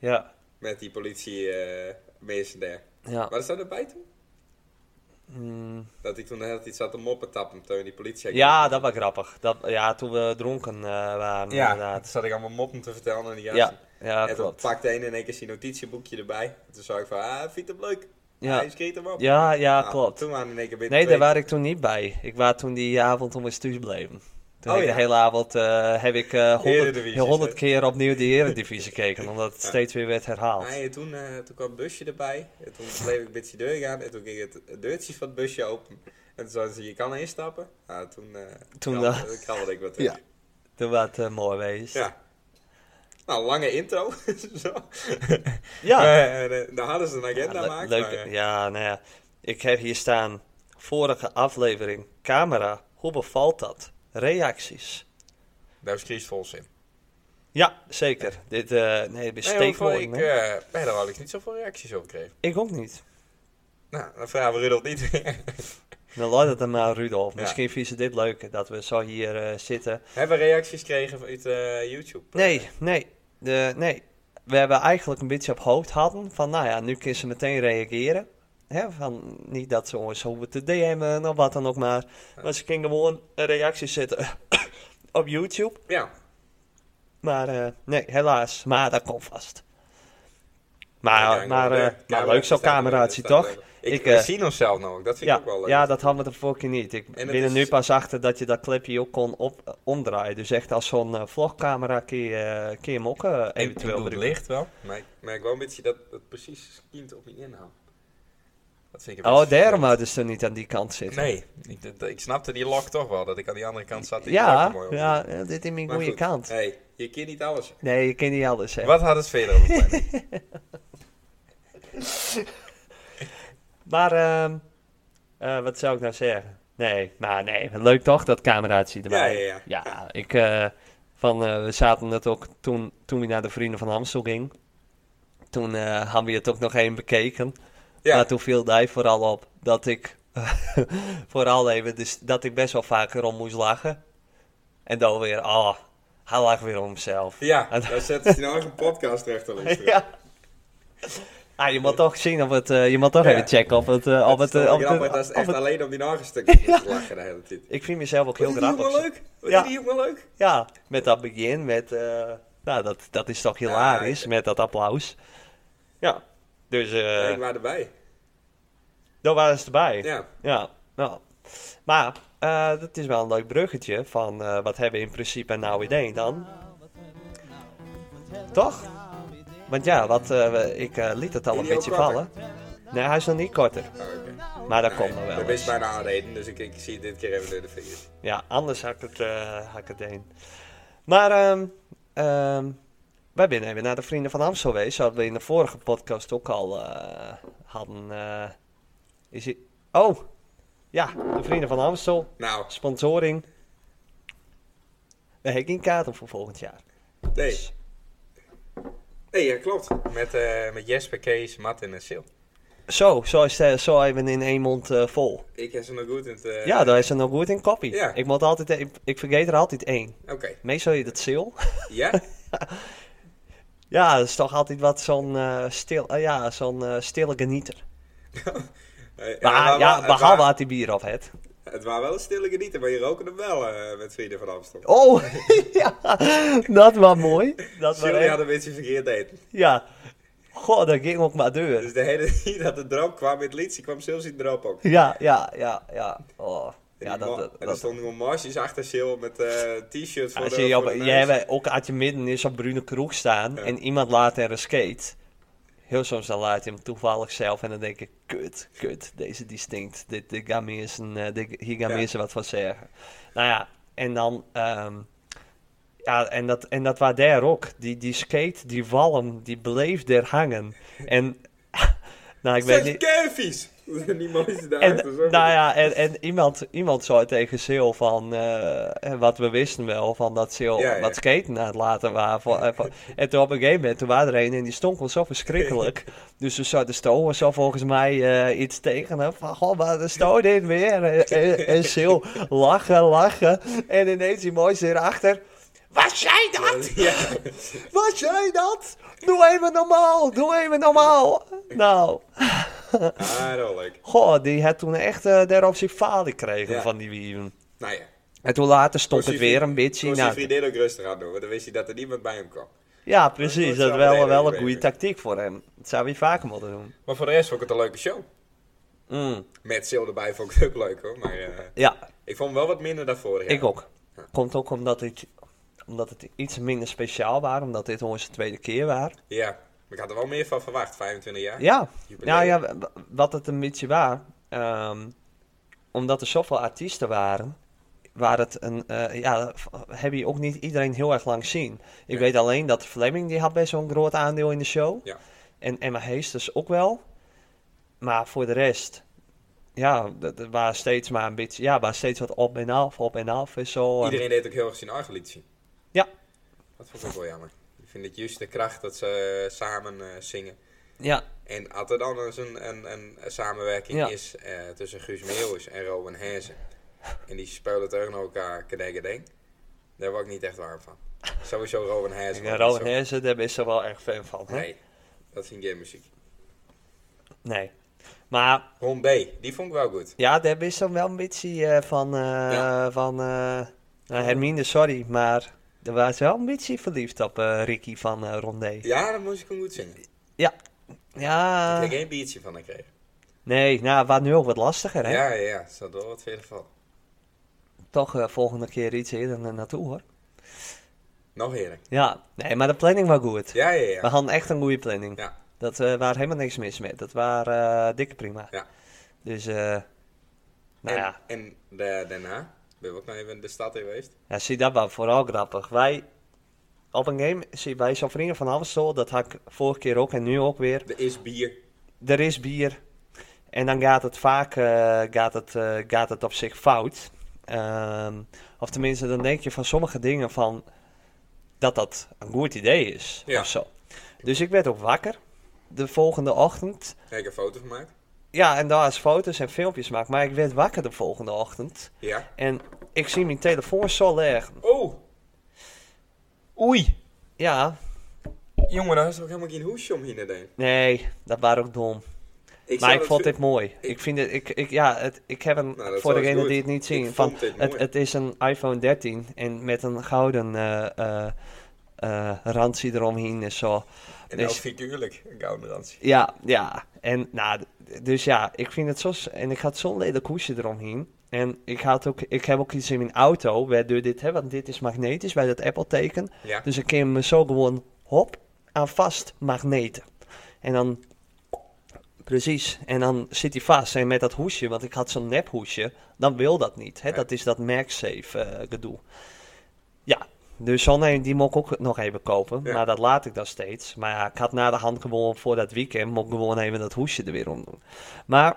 S1: ja,
S2: Met die politie eh mensen daar.
S1: ja.
S2: Maar dat erbij toen?
S1: Mm.
S2: Dat ik toen de hele tijd zat te moppen tappen tegen die politie.
S1: ja, dat was grappig. Dat, ja, toen we dronken eh, waren
S2: Ja,
S1: inderdaad.
S2: toen zat ik allemaal moppen te vertellen aan die gasten.
S1: Ja, ja
S2: en toen
S1: klopt.
S2: pakte een in één keer zijn notitieboekje erbij. En toen zei ik van, ah, vind hem leuk.
S1: Ja.
S2: Hij schreef hem op.
S1: Ja, ja,
S2: Nou,
S1: klopt.
S2: Toen waren in één keer binnen
S1: Nee, daar
S2: twee-
S1: was ik toen niet bij. Ik was toen die avond om eens thuis bleven. Toen
S2: Oh,
S1: heb ik
S2: ja.
S1: de hele avond eh, heb ik eh, honderd
S2: Eredivisies,
S1: honderd
S2: hè?
S1: keer opnieuw de Eredivisie gekeken, omdat het
S2: Ja.
S1: steeds weer werd herhaald.
S2: Nee, en toen, eh, toen kwam het busje erbij. En toen bleef ik een beetje deur gaan. En toen ging het deurtje van het busje open. En toen zeiden ze, je kan instappen. Nou, toen, eh
S1: Toen,
S2: krabbelde-
S1: eh,
S2: krabbelde ik wat
S1: Ja.
S2: terug.
S1: Toen was het eh, mooi geweest.
S2: Ja. Nou, lange intro. Zo.
S1: Ja.
S2: Eh, en, eh, daar hadden ze een agenda
S1: Ja, le-
S2: gemaakt.
S1: leuk.
S2: maar, eh,
S1: ja, nou ja. Ik heb hier staan, vorige aflevering, camera, hoe bevalt dat? Reacties.
S2: Daar was Chris Vols in.
S1: Ja, zeker. Dit, eh nee, dit is
S2: Nee, hoor,
S1: steekwoord,
S2: ik,
S1: man.
S2: eh nee, daar had ik niet zoveel reacties op gekregen.
S1: Ik ook niet.
S2: Nou, dan vragen we Rudolf niet meer.
S1: Dan Nou, laat het dan maar aan Rudolf.
S2: Ja.
S1: Misschien vinden ze dit leuker, dat we zo hier eh, zitten.
S2: Hebben we reacties gekregen vanuit eh, YouTube?
S1: Nee, nee, de, nee. We hebben eigenlijk een beetje op hoofd hadden van, nou ja, nu kunnen ze meteen reageren. Hè, van, niet dat ze ons hoeven te DM'en of wat dan ook maar. Maar ze kunnen gewoon een reactie zetten op YouTube.
S2: Ja,
S1: Maar eh, nee, helaas. Maar dat komt vast. Maar,
S2: Ja,
S1: maar,
S2: de
S1: eh,
S2: camera
S1: maar leuk zo'n
S2: staat er-
S1: cameratie,
S2: staat
S1: toch?
S2: er- Ik,
S1: Ik,
S2: we
S1: eh,
S2: zien onszelf nog, dat vind ik
S1: Ja,
S2: ook wel leuk.
S1: ja, dat hadden we de vorige keer niet. Ik
S2: het
S1: ben er
S2: is-
S1: nu pas achter dat je dat klepje ook kon op, omdraaien. Dus echt als zo'n eh, vlogcamera kun je, eh, kun je hem ook eh, eventueel
S2: het
S1: gebruiken.
S2: licht wel. Maar ik merk wel een beetje dat het precies kiemt op mijn inhoud. Dat vind ik een
S1: Oh,
S2: beetje
S1: daarom
S2: vervelend.
S1: hadden ze er niet aan die kant zitten.
S2: Nee, ik, dat- ik snapte die lok toch wel, dat ik aan die andere kant zat. die
S1: ja,
S2: lok er mooi op.
S1: ja, eh, dit is mijn
S2: Maar
S1: goede
S2: goed,
S1: kant.
S2: Hey, je kent niet alles.
S1: Nee, je kent niet alles, hè.
S2: Wat had het verder op het plan?
S1: Maar, ehm, eh, wat zou ik nou zeggen? Nee, maar nee, leuk toch, dat cameraatje erbij.
S2: Ja, ja, ja.
S1: ik, eh, van, eh, we zaten het ook toen, toen we naar de Vrienden van Amstel ging. Toen eh, hadden we het ook nog even bekeken.
S2: Ja,
S1: Maar toen viel hij vooral op dat ik vooral even, dus dat ik best wel vaker om moest lachen. En dan weer, oh, hij lacht weer om hemzelf.
S2: ja daar zetten ze nou echt een podcast rechter links terug.
S1: Ja. Ah, je moet toch zien of het, eh, je moet toch
S2: Ja.
S1: even checken of het, eh, of
S2: Dat
S1: het,
S2: is toch
S1: eh,
S2: wel
S1: of het-
S2: grappig, dat is
S1: of
S2: echt
S1: het-
S2: alleen op die nagelstukken ja. lachen de hele tijd.
S1: Ik vind mezelf ook heel
S2: Wat is die
S1: grappig.
S2: jongen leuk? Wat
S1: Ja.
S2: is die jongen leuk?
S1: Ja, met dat begin, met, eh, nou, dat, dat is toch hilarisch,
S2: ik-
S1: met dat applaus. Ja, dus, eh,
S2: Ja, ik was erbij.
S1: dan waren ze erbij.
S2: Ja,
S1: Ja, nou. Maar eh, dat is wel een leuk bruggetje van eh, wat hebben we in principe nou idee dan? Toch? Want ja, wat, eh, we- ik eh, liet het al
S2: Is
S1: een
S2: die
S1: beetje
S2: ook korter?
S1: vallen. Nee, hij is nog niet korter.
S2: oh, oké.
S1: Nou, Maar dat
S2: Nee,
S1: komt nog wel.
S2: Dat is
S1: eens.
S2: bijna aan de reden, dus ik, ik zie dit keer even door de vingers.
S1: Ja, anders had ik het, eh had ik het een. Maar ehm, ehm, Wij zijn even naar de Vrienden van Amstel geweest. Zoals we in de vorige podcast ook al eh, hadden. eh, is het... Oh, ja, de Vrienden van Amstel.
S2: Nou,
S1: Sponsoring. Daar heb ik geen kaarten voor volgend jaar.
S2: nee.
S1: Dus,
S2: Nee, ja, klopt. Met, eh, met Jesper, Kees, Martin en Sil.
S1: Zo, zo, is, eh, zo hebben we in één mond eh, vol.
S2: Ik heb ze nog goed in het... eh,
S1: Ja, daar is er nog goed in koppie.
S2: Ja.
S1: Ik, moet altijd, ik, ik vergeet er altijd één.
S2: Oké.
S1: Meestal je dat zil.
S2: Ja? Eh,
S1: Ja, dat is toch altijd wat zo'n eh, stil, eh, ja, zo'n eh, stille genieter.
S2: Eh,
S1: Maar,
S2: maar-
S1: ja,
S2: maar-
S1: behalve uit die bier op het.
S2: Het waren wel een stille genieten, maar je roken hem wel eh, met vrienden van Amsterdam.
S1: Oh, ja, dat was mooi. Dat was
S2: Jullie
S1: echt-
S2: hadden een beetje verkeerd eten.
S1: ja. Goh, dat ging ook maar deur.
S2: Dus de hele die dat de droom kwam met Leeds, die kwam zelfs in de droom ook.
S1: Ja, ja, ja, ja. Oh.
S2: En
S1: Ja,
S2: die
S1: dat,
S2: ma-
S1: dat,
S2: en er
S1: dat-
S2: stonden gewoon marsjes achter Sil met eh t-shirts voor
S1: als
S2: de
S1: je,
S2: voor
S1: op,
S2: de
S1: je
S2: neus.
S1: hebt ook uit je midden in zo'n bruine kroeg staan
S2: Ja.
S1: en iemand laat er een skate. Heel soms dan laat je hem toevallig zelf en dan denk ik, kut, kut, deze die stinkt. Dit, dit gaan mensen, eh, dit- hier gaan
S2: Ja.
S1: mensen wat van zeggen. Nou ja, en dan, ehm, ja, en dat, en dat was daar ook. Die, die skate, die walm, die bleef daar hangen. En, nou ik weet
S2: Zes
S1: niet...
S2: keffies! Niemand is daar
S1: En,
S2: achter, zo.
S1: nou ja, en, en iemand, iemand zei tegen Sil van, eh, en wat we wisten wel, van dat Sil
S2: Ja, ja.
S1: wat skaten aan het laten waren. Voor, eh, voor- en toen op een gegeven moment, toen waren er een en die stonk wel zo verschrikkelijk. dus toen zat de stoer zo volgens mij eh, iets tegen hem van, goh, maar de stoot dit weer. En, en, en Sil lachen, lachen. En ineens die mooiste erachter. Was jij dat?
S2: Ja.
S1: Was jij dat? Doe even normaal, doe even normaal. Nou,
S2: Ah, dat wel leuk.
S1: Goh, die had toen echt eh daarop zijn vader gekregen
S2: Ja.
S1: van die wieven.
S2: Nou ja.
S1: En toen later stond
S2: Kon
S1: het
S2: zijn
S1: weer
S2: vri-
S1: een beetje.
S2: Kon
S1: Nou,
S2: zijn vriendin ook rustig aan doen, want dan wist hij dat er niemand bij hem kwam.
S1: ja, precies.
S2: kon
S1: Dat
S2: zelf
S1: is wel,
S2: leren,
S1: wel
S2: ik
S1: een
S2: weet
S1: goede
S2: het.
S1: tactiek voor hem. Dat zou hij vaker moeten doen.
S2: Maar voor de rest vond ik het een leuke show.
S1: Mm,
S2: Met Sil erbij vond ik het ook leuk hoor, maar eh,
S1: Ja,
S2: ik vond hem wel wat minder dan vorig jaar.
S1: ik ook. Komt ook omdat het, omdat het iets minder speciaal was, omdat dit onze tweede keer was.
S2: Ja, maar ik had er wel meer van verwacht, 25 jaar.
S1: Ja,
S2: Jubileum.
S1: nou ja, w- w- wat het een beetje was, ehm, omdat er zoveel artiesten waren, waar het een, eh, ja, v- heb je ook niet iedereen heel erg lang zien. Ik
S2: Ja.
S1: weet alleen dat Fleming, die had best wel een groot aandeel in de show.
S2: Ja.
S1: En Emma Heesters ook wel. Maar voor de rest, ja, dat er waren steeds maar een beetje, ja, waar steeds wat op en af, op en af en zo. En-
S2: Iedereen deed ook heel erg zijn eigen lied zien.
S1: Ja.
S2: Dat vond ik ook wel jammer. Ik vind het juist de kracht dat ze eh, samen eh, zingen.
S1: Ja,
S2: En als er dan eens een, een, een samenwerking
S1: Ja.
S2: is eh, tussen Guus Meeuwis en Robin Hezen. En die spelen tegen elkaar kadegedeng. Daar word ik niet echt warm van. Sowieso Robin Hezen.
S1: en Rowan Herzen, daar ben je wel erg fan van. Hè?
S2: Nee, dat vind ik geen muziek.
S1: nee. Maar
S2: Ron B, die vond ik wel goed.
S1: Ja, daar is dan wel een beetje eh, van, eh,
S2: Ja.
S1: van eh, nou, Hermine, sorry, maar er was wel een beetje verliefd op eh, Ricky van eh, Rondé.
S2: Ja, dan moest ik hem goed zingen.
S1: Ja,
S2: Ik heb geen biertje van hem gekregen.
S1: nee, nou, wat nu ook wat lastiger, hè?
S2: Ja, ja, ja. Ze had wel wat verder van.
S1: Toch eh, volgende keer iets eerder na- naartoe, hoor.
S2: Nog eerlijk.
S1: Ja, nee, maar de planning was goed.
S2: Ja, ja,
S1: We
S2: ja.
S1: hadden echt een goede planning.
S2: Ja.
S1: Dat eh waar helemaal niks mis mee. Dat waren eh dikke prima.
S2: Ja.
S1: Dus, eh nou
S2: en,
S1: ja.
S2: En da- daarna ben ik ook nog even in de stad in geweest.
S1: Ja, zie, dat was vooral grappig. Wij, op een game, zie, wij zijn vrienden van Amstel, dat had ik vorige keer ook en nu ook weer.
S2: Er is bier.
S1: Er is bier. En dan gaat het vaak eh, gaat het, eh, gaat het op zich fout. Ehm, of tenminste, dan denk je van sommige dingen van dat dat een goed idee is.
S2: Ja.
S1: Of zo. Dus ik werd ook wakker de volgende ochtend.
S2: Heb ik een foto gemaakt?
S1: Ja, en daar is foto's en filmpjes gemaakt. Maar ik werd wakker de volgende ochtend.
S2: Ja.
S1: En ik zie mijn telefoon zo leeg.
S2: Oh,
S1: Oei! Ja,
S2: jongen, daar is ook helemaal geen hoesje om hier naar doen.
S1: Nee, dat waren ook dom.
S2: Ik
S1: maar ik vond dit mooi.
S2: ik-
S1: Ik, vind het, ik, ik, ja, het, ik heb een,
S2: Nou, dat
S1: voor
S2: was
S1: degenen
S2: goed.
S1: die het niet
S2: Ik
S1: zien,
S2: vond
S1: van,
S2: dit
S1: het,
S2: mooi.
S1: het is een iPhone 13 en met een gouden eh eh, eh, randje eromheen en zo.
S2: En
S1: dus-
S2: ook figuurlijk, een gouden randje.
S1: Ja, ja. En nou, d- dus ja, ik vind het zo, s- en ik had zo'n lelijk hoesje eromheen. En ik, had ook, ik heb ook iets in mijn auto, waardoor dit, hè, want dit is magnetisch bij dat Apple teken.
S2: Ja.
S1: Dus ik kan hem zo gewoon hop aan vast magneten. En dan. Precies. En dan zit hij vast. En met dat hoesje, want ik had zo'n nephoesje, dan wil dat niet. Hè?
S2: Nee.
S1: Dat is dat MagSafe eh, gedoe. Ja, Dus zonne die mocht ik ook nog even kopen.
S2: Ja.
S1: Maar dat laat ik dan steeds. Maar ja, ik had na de hand gewoon voor dat weekend... mocht ik gewoon even dat hoesje er weer om doen. Maar,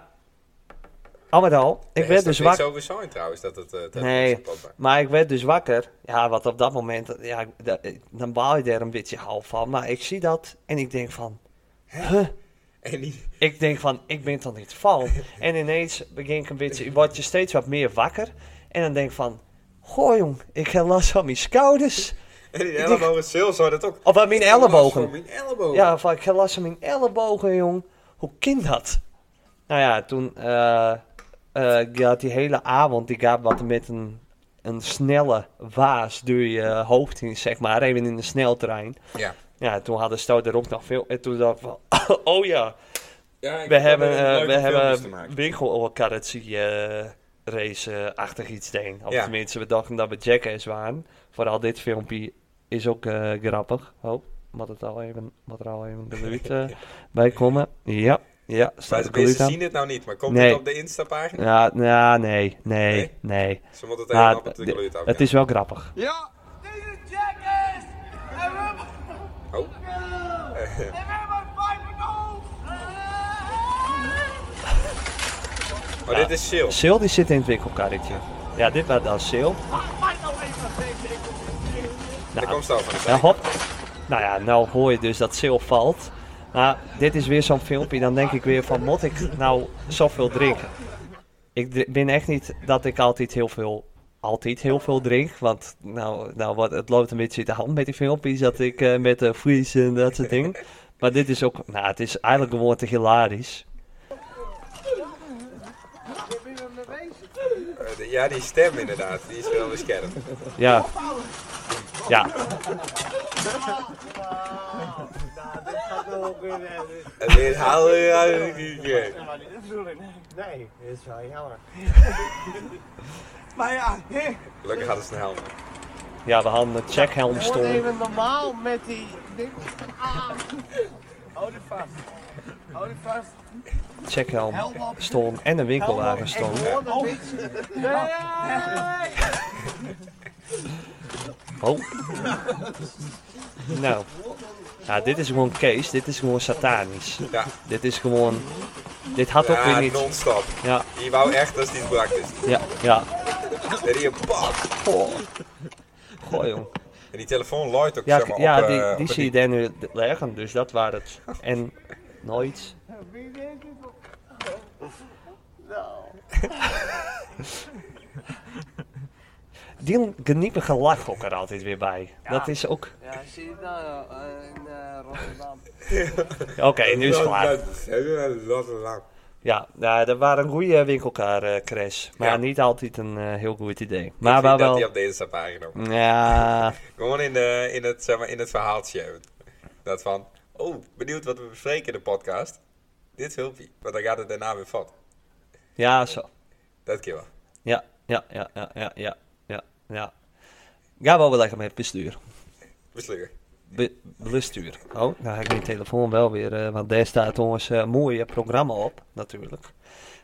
S1: al met al, ik werd dus
S2: zwak.
S1: wakker...
S2: Het is niet zo bezorgd trouwens dat het... eh, dat het
S1: Nee.
S2: zo plat blijft.
S1: Maar ik werd dus wakker. Ja, wat op dat moment, ja, da- dan baal je er een beetje half van. Maar ik zie dat en ik denk van,
S2: En die...
S1: ik denk van, ik ben toch niet fout? en ineens begin ik een beetje, word je steeds wat meer wakker. En dan denk ik van, goh jong, ik heb last van mijn schouders.
S2: En die ellebogen, Sil zou dat ook.
S1: Of aan mijn
S2: Ik heb last
S1: ellebogen.
S2: van Mijn ellebogen.
S1: Ja, van, ik heb last van mijn ellebogen jong. Hoe kind dat? Nou ja, toen eh eh, ik had die hele avond, die gaat wat met een, een snelle waas door je hoofd heen, zeg maar. Even in de sneltrein.
S2: Ja.
S1: Ja, toen hadden Stout er ook nog veel. En toen dacht ik van, oh ja,
S2: Ja, ik
S1: we
S2: heb
S1: hebben,
S2: wel
S1: eh,
S2: leuke
S1: we
S2: filmpjes te
S1: hebben
S2: maken.
S1: winkelkarretje eh race-achtig iets deen. Of
S2: Ja.
S1: tenminste, we dachten dat we jackass waren. Vooral dit filmpje is ook eh, grappig. Oh, wat, het al even, wat er al even geluid eh, bij komen. Ja, ja,
S2: Maar
S1: staat
S2: de
S1: er geluid
S2: mensen
S1: aan.
S2: zien het nou niet, maar komt
S1: Nee.
S2: het op de Insta-pagina?
S1: Ja, ja, nee, nee,
S2: Nee?
S1: nee.
S2: Ze moeten het helemaal
S1: Ah,
S2: op de
S1: d-
S2: geluid af.
S1: het is wel grappig.
S2: Ja!
S3: These jackass! They ran my,
S2: Oh,
S3: they ran my five goals!
S2: maar dit is Sil.
S1: Sil die zit in het winkelkarretje. Ja, dit was dan Sil.
S3: I might not leave my big dick.
S2: Daar komt ze al van. de
S1: Ja,
S2: zijkant.
S1: hop. Nou ja, nou hoor je dus dat Sil valt. Maar dit is weer zo'n filmpje, dan denk ik weer van, moet ik nou zoveel drinken? Ik dri- ben echt niet dat ik altijd heel veel, altijd heel veel drink. Want nou, nou wat, het loopt een beetje in de hand met die filmpjes, dat ik eh, met de vries en dat soort dingen. Maar dit is ook, nou het is eigenlijk gewoon te hilarisch.
S2: Eh, de- Ja, die stem inderdaad, die is wel weer scherp.
S1: Ja. Ja,
S2: En dit halen we uit de keer.
S4: Nee, dat is wel jammer.
S3: Maar ja, hè,
S2: Gelukkig hadden ze een helm.
S1: ja we hadden een checkhelm
S4: Gewoon
S1: stonden.
S4: even normaal met die dingen.
S3: hou dit vast. Hou dit vast.
S1: Checkhelm stonden en een winkelwagen
S4: En
S1: stonden.
S4: gewoon een beetje.
S1: Oh. nou. Ja, dit is gewoon Kees. Dit is gewoon satanisch.
S2: Ja,
S1: Dit is gewoon... Dit had ook weer
S2: ja
S1: niet...
S2: non-stop.
S1: Ja,
S2: Die wou echt dat die het brak dus. is.
S1: ja, ja.
S2: En die een pap.
S1: Goh. Goh, jong.
S2: En die telefoon looit ook
S1: Ja,
S2: zeg maar
S1: ja
S2: op, eh,
S1: die,
S2: op
S1: die
S2: het
S1: zie je daar nu liggen. Dus dat waren het. En nooit.
S3: Nou.
S1: Die geniepige lach ook er altijd weer bij. Dat is ook...
S4: Ja, zie je nou eh, in eh, Rotterdam.
S1: Oké, nu is het klaar.
S2: Dat is heel erg lang.
S1: Ja, nou, dat waren een goede winkelkar-crash. maar
S2: Ja.
S1: niet altijd een eh, heel goed idee. Maar
S2: Ik
S1: wel
S2: vind dat
S1: wel...
S2: die op de Insta-pagina.
S1: Ja,
S2: Gewoon in, de, in, het, zeg maar, in het verhaaltje. Dat van, oh, benieuwd wat we bespreken in de podcast. Dit filmpje, want dan gaat het daarna weer vat.
S1: ja, zo.
S2: Dat keer wel.
S1: Ja, ja, ja, ja, ja, ja, ja, ja. Ga wel leggen met bestuur.
S2: Besluiten.
S1: Be- bestuur. Oh, nou heb ik mijn telefoon wel weer, eh, want daar staat ons eh, mooie programma op, natuurlijk.